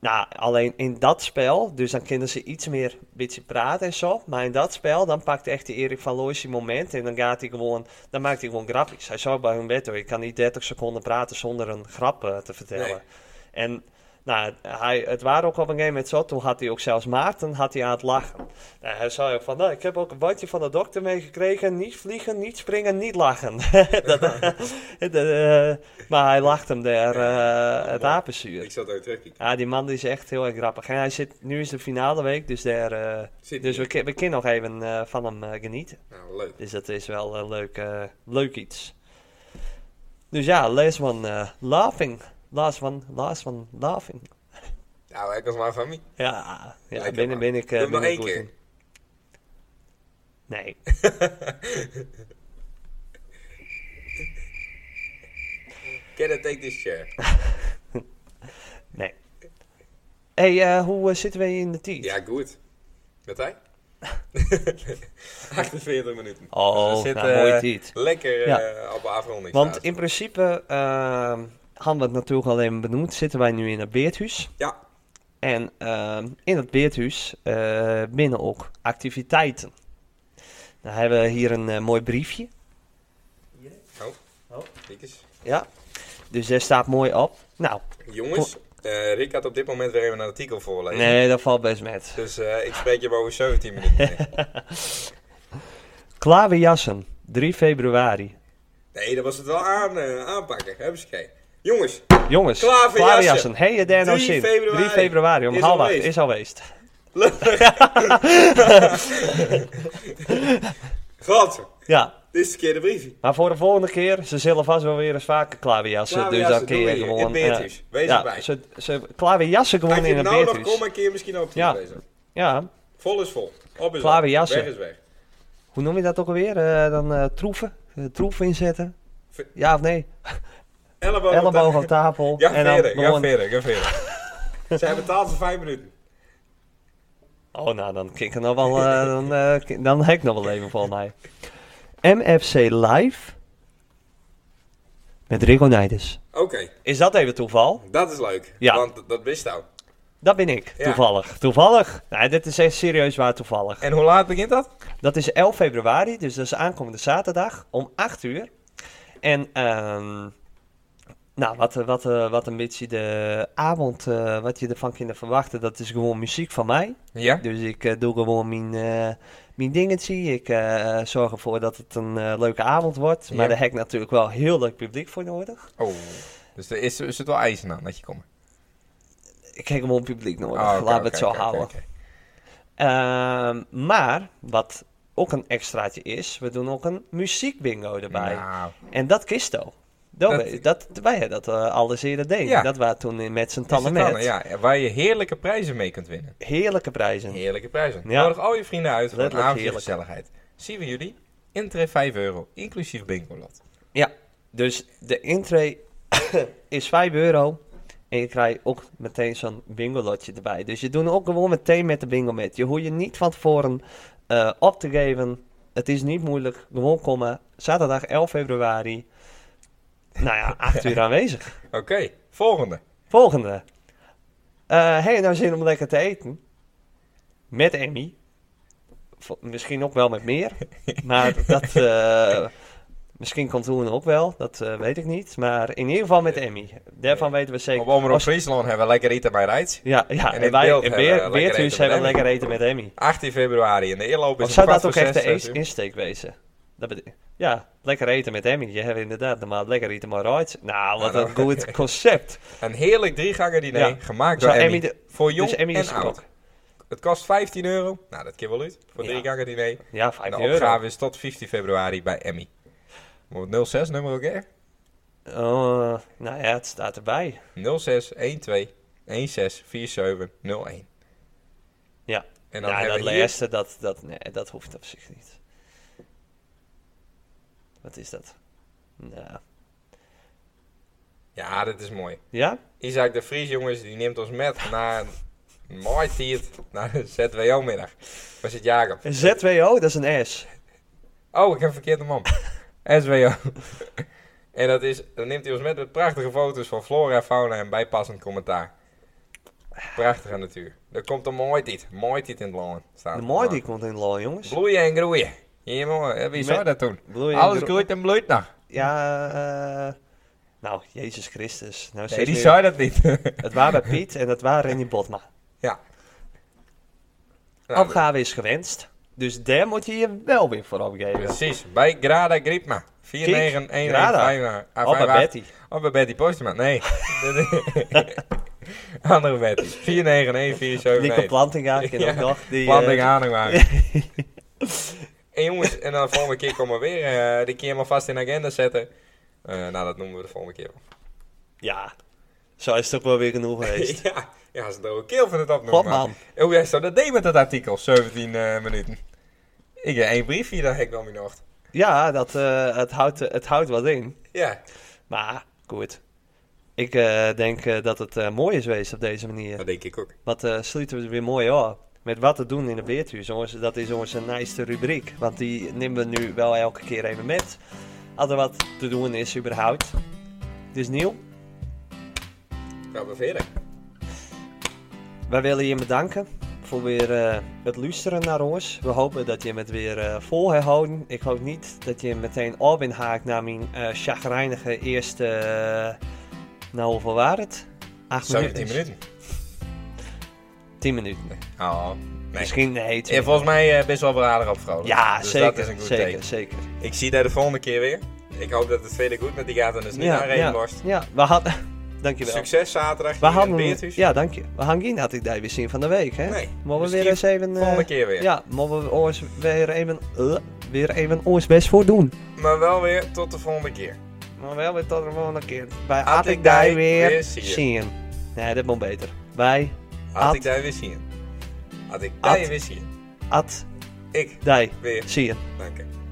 S1: nou, alleen in dat spel, dus dan kunnen ze iets meer een beetje praten en zo. Maar in dat spel, dan pakt echt die Erik van Looy zijn moment. En dan gaat hij gewoon, dan maakt hij gewoon grapjes. Hij zou bij hun wet hoor, je kan niet 30 seconden praten zonder een grap eh, te vertellen.
S2: Nee.
S1: En nou, hij, het waren ook op een gegeven moment zo. Toen had hij ook zelfs Maarten had hij aan het lachen. Nou, hij zei ook van, nou, ik heb ook een bandje van de dokter meegekregen. Niet vliegen, niet springen, niet lachen. dat, dat, eh, maar hij lacht hem daar eh, het apenzuur.
S2: Ik zal het ook terugkijken.
S1: Ja, die man die is echt heel erg grappig. En hij zit, nu is de finale week, dus, daar, eh,
S2: Zit
S1: dus
S2: hij.
S1: we, ki- we kunnen nog even eh, van hem eh, genieten.
S2: Nou, leuk.
S1: Dus dat is wel een leuk, eh, leuk iets. Dus ja, last one eh, laughing. Last one, last one laughing.
S2: Nou, ik was maar familie.
S1: Ja, ja
S2: Lekker,
S1: binnen
S2: man.
S1: ben ik.
S2: Doe
S1: eh,
S2: hem
S1: ben
S2: nog
S1: ik
S2: één
S1: goed
S2: keer.
S1: in. Nee.
S2: Can I take this chair?
S1: Nee. Hé, hey, eh, hoe eh, zitten wij in de tijd?
S2: Ja, goed. Met hij? 48 minuten.
S1: Oh,
S2: we zitten,
S1: nou, mooie
S2: eh,
S1: tijd.
S2: Lekker eh,
S1: Ja.
S2: op afronding.
S1: Want
S2: staat.
S1: in principe, ehm hadden we het natuurlijk al even benoemd, zitten wij nu in het Beerthuis.
S2: Ja,
S1: En ehm, in het Beerthuis eh binnen ook activiteiten. Dan hebben we hier een eh, mooi briefje.
S2: kijk eens.
S1: Ja. Dus daar staat mooi op. Nou,
S2: Jongens, eh, Rick gaat op dit moment weer even een artikel voorlezen.
S1: nee, dat valt best met.
S2: Dus eh, ik spreek je maar over 17 minuten.
S1: Klaverjassen, 3 februari.
S2: nee, dat was het wel aan, eh, aanpakken. Hebben ze geen. Jongens,
S1: Jongens,
S2: Klaverjassen.
S1: Klaverjassen. Hey, je daar nou
S2: 3
S1: zin.
S2: februari.
S1: 3 februari, om
S2: Is
S1: half
S2: al
S1: acht.
S2: geweest.
S1: Is al geweest.
S2: leuk. God,
S1: Ja,
S2: dit is de keer de briefie.
S1: maar voor de volgende keer, ze zullen vast wel weer eens vaker klaverjassen. Dus
S2: Klaverjassen
S1: dan kun
S2: doen
S1: je
S2: we hier,
S1: gewoon...
S2: in Beatrice.
S1: eh,
S2: Wees
S1: ja,
S2: erbij.
S1: Ze, ze klaverjassen
S2: Als
S1: gewoon
S2: je
S1: in
S2: er
S1: een
S2: nou nog komt,
S1: Beatrice.
S2: dan kun je misschien op
S1: Ja.
S2: bezig.
S1: Ja,
S2: Vol is vol. Op is
S1: Klaverjassen.
S2: op. Weg is weg.
S1: hoe noem je dat ook alweer? Eh, dan eh, troeven? Eh, troeven inzetten?
S2: Ver-
S1: Ja of nee?
S2: Elleboog. op
S1: Elleboog
S2: tafel.
S1: op tafel.
S2: Oh, Ja,
S1: en dan
S2: verder. Ja,
S1: gewoon-
S2: verder. Ja, verder. Zij betaalt voor vijf minuten.
S1: Oh, nou, dan kan ik er nog wel... eh, dan, eh, k- dan heb ik nog wel even van mij. MFC Live. Met Rigonides.
S2: Oké,
S1: Is dat even toeval?
S2: dat is leuk.
S1: Ja.
S2: Want dat wist nou.
S1: Dat ben ik,
S2: Ja.
S1: toevallig. Toevallig? Nou, dit is echt serieus waar toevallig.
S2: En hoe laat begint dat?
S1: Dat is 11 februari, dus dat is aankomende zaterdag om 8 uur. En ehm, nou, wat, eh, wat, eh, wat een beetje de avond, eh, wat je ervan kunt verwachten, dat is gewoon muziek van mij.
S2: Ja.
S1: Dus ik eh, doe gewoon mijn, eh, mijn dingetje. Ik eh, zorg ervoor dat het een eh, leuke avond wordt. Maar
S2: Ja.
S1: daar heb ik natuurlijk wel heel leuk publiek voor nodig.
S2: Oh. Dus er is, is het wel eisen aan dat je komt.
S1: Ik heb gewoon publiek nodig,
S2: Oh, oké,
S1: laten we het
S2: oké,
S1: zo
S2: oké,
S1: houden.
S2: oké.
S1: Ehm, maar wat ook een extraatje is, we doen ook een muziekbingo erbij.
S2: Nou,
S1: En dat kisto. Dat,
S2: Dat-
S1: we- dat, wij hebben dat eh, alles eerder deden.
S2: Ja.
S1: Dat waren toen in- met z'n
S2: is
S1: tallen
S2: het
S1: met.
S2: dan, ja, waar je heerlijke prijzen mee kunt winnen.
S1: Heerlijke prijzen.
S2: Heerlijke prijzen.
S1: Ja.
S2: Nodig al je vrienden uit voor een
S1: Letterlijk
S2: avondje
S1: heerlijk.
S2: gezelligheid. Zien we jullie. Intree 5 euro, inclusief bingo lot.
S1: Ja, dus de intree is 5 euro. En je krijgt ook meteen zo'n bingolotje erbij. Dus je doet ook gewoon meteen met de bingo met. Je hoeft je niet van tevoren eh, op te geven. Het is niet moeilijk. Gewoon komen. Zaterdag 11 februari. Nou ja, 8 uur aanwezig.
S2: Oké, volgende.
S1: Volgende. Eh heb je nou zin om lekker te eten? Met Emmy. Vo- Misschien ook wel met meer. Maar dat... eh, misschien komt Roen ook wel. Dat eh, weet ik niet. Maar in ieder geval met Emmy. Daarvan weten we zeker...
S2: Op Omroep
S1: Als-
S2: Friesland hebben we lekker eten bij Rijts.
S1: Ja, ja.
S2: in
S1: En,
S2: het
S1: wij
S2: beeld
S1: in
S2: hebben we
S1: Beer,
S2: lekker
S1: Beerthuis
S2: eten met
S1: hebben we
S2: Emmy.
S1: lekker eten met Emmy.
S2: 18 februari en de inloop is
S1: Of
S2: om
S1: zou
S2: kwart
S1: dat ook
S2: voor
S1: echt de
S2: zes,
S1: eens-
S2: zes uur.
S1: insteek wezen? Dat bedo- ja, lekker eten met Emmy. Je hebt inderdaad normaal lekker eten maar uit. Nou, wat
S2: Nou,
S1: een
S2: nou.
S1: goed concept.
S2: Een heerlijk driegangen diner
S1: Ja.
S2: gemaakt
S1: Zou
S2: door Emmy.
S1: Emmy de-
S2: voor jong
S1: Dus Emmy
S2: en
S1: is er
S2: oud.
S1: ook.
S2: Het kost 15 euro. Nou, dat keer wel uit. Voor
S1: Ja.
S2: drie gangen diner.
S1: Ja,
S2: En
S1: 5
S2: de
S1: euro.
S2: opgave is tot 15 februari bij Emmy. Moet het 06 nummer ook echt?
S1: Oh, nou ja, het staat erbij.
S2: 06 12 16 47 01.
S1: Ja.
S2: En dan
S1: ja,
S2: hebben
S1: dat
S2: we hier-
S1: laatste, dat, dat, nee, dat hoeft op zich niet. Wat is dat? Nou,
S2: Ja, dat is mooi.
S1: ja?
S2: Isaac de Vries, jongens, die neemt ons met naar een mooi tiert naar de ZWO-middag. Was het Jacob?
S1: Een ZWO, dat is een S.
S2: Oh, ik heb verkeerd man. SWO. en dat is, dan neemt hij ons met met prachtige foto's van flora, fauna en bijpassend commentaar. Prachtige natuur. Er komt een mooi tiet. Mooi tiet in het loon.
S1: De mooi die komt in de law, jongens.
S2: Bloeien en groeien. Jongen, wie zou
S1: Met-
S2: dat doen?
S1: Bloeien en
S2: Alles
S1: gro-
S2: groeit en bloeit nog.
S1: Ja, eh, nou, Jezus Christus. Nou,
S2: Nee,
S1: steeds
S2: die
S1: meer-
S2: zou dat niet.
S1: Het waren bij Piet en het waren in die Botma.
S2: ja. Nou,
S1: Opgave is gewenst. Dus daar moet je je wel weer voor opgeven.
S2: Precies, bij Grada Griepma. 49115.
S1: Grada. Op bij Betty.
S2: eh, Op bij Betty Postma. Nee. Andere Betty. 49147.
S1: Nico Plantinga, ken je ook
S2: Ja,
S1: nog. Die, eh,
S2: Planting aan maar. En jongens, en dan de volgende keer komen we weer. eh die keer maar vast in de agenda zetten. Eh, nou, dat noemen we de volgende keer. wel.
S1: ja, zo is het ook wel weer genoeg geweest.
S2: ja, ja, dat is een dode keel van het opnoemen.
S1: God, man.
S2: En hoe jij zo dat deed met dat artikel, 17 eh, minuten. Ik heb één briefje, daar heb ik wel mee nog.
S1: Ja, dat, eh, het, houdt, het houdt wat in.
S2: Ja,
S1: Maar goed. Ik eh, denk eh, dat het eh, mooi is geweest op deze manier.
S2: dat denk ik ook.
S1: Wat eh, sluiten we er weer mooi af. Met wat te doen in de Beerthuis. Jongens, dat is onze nijste rubriek. Want die nemen we nu wel elke keer even met. Als er wat te doen is überhaupt. Dus Niel,
S2: Gaan we verder.
S1: wij willen je bedanken voor weer eh, het luisteren naar ons. We hopen dat je hem het weer eh, vol herhouden. Ik hoop niet dat je hem meteen op inhaakt naar mijn eh chagrijnige eerste... eh, nou, hoeveel waren het? Acht
S2: 17 minuten.
S1: 10 minuten.
S2: Oh, nee.
S1: Misschien nee.
S2: Ja,
S1: twee
S2: volgens mij eh, best wel beraden op vrolijk.
S1: ja,
S2: Dus
S1: zeker.
S2: dat is een goed
S1: zeker,
S2: teken.
S1: zeker.
S2: Ik zie daar de volgende keer weer. Ik hoop dat het verder goed met die gaat en dus niet ja, naar
S1: ja,
S2: Redenborst.
S1: ja, we hadden. Dankjewel.
S2: Succes
S1: We
S2: zaterdag hier in het
S1: hadden,
S2: Beerthuis.
S1: ja, dank je. We hangen hier natuurlijk daar weer zien van de week, hè?
S2: Nee,
S1: Mogen we
S2: misschien
S1: weer eens even... eh,
S2: volgende keer weer.
S1: Ja, mogen we ons weer even... eh, weer even ons best voor doen.
S2: Maar wel weer tot de volgende keer.
S1: Maar wel weer tot de volgende keer. Bij
S2: Had
S1: At
S2: ik
S1: ik daar
S2: die
S1: weer
S2: weer zien.
S1: zien. Nee, dat moet beter. Bij
S2: Had
S1: Ad-
S2: ik daar weer zien. Had ik
S1: Ad-
S2: daar weer zien.
S1: At
S2: Ik
S1: die
S2: weer.
S1: zien.
S2: Dank je.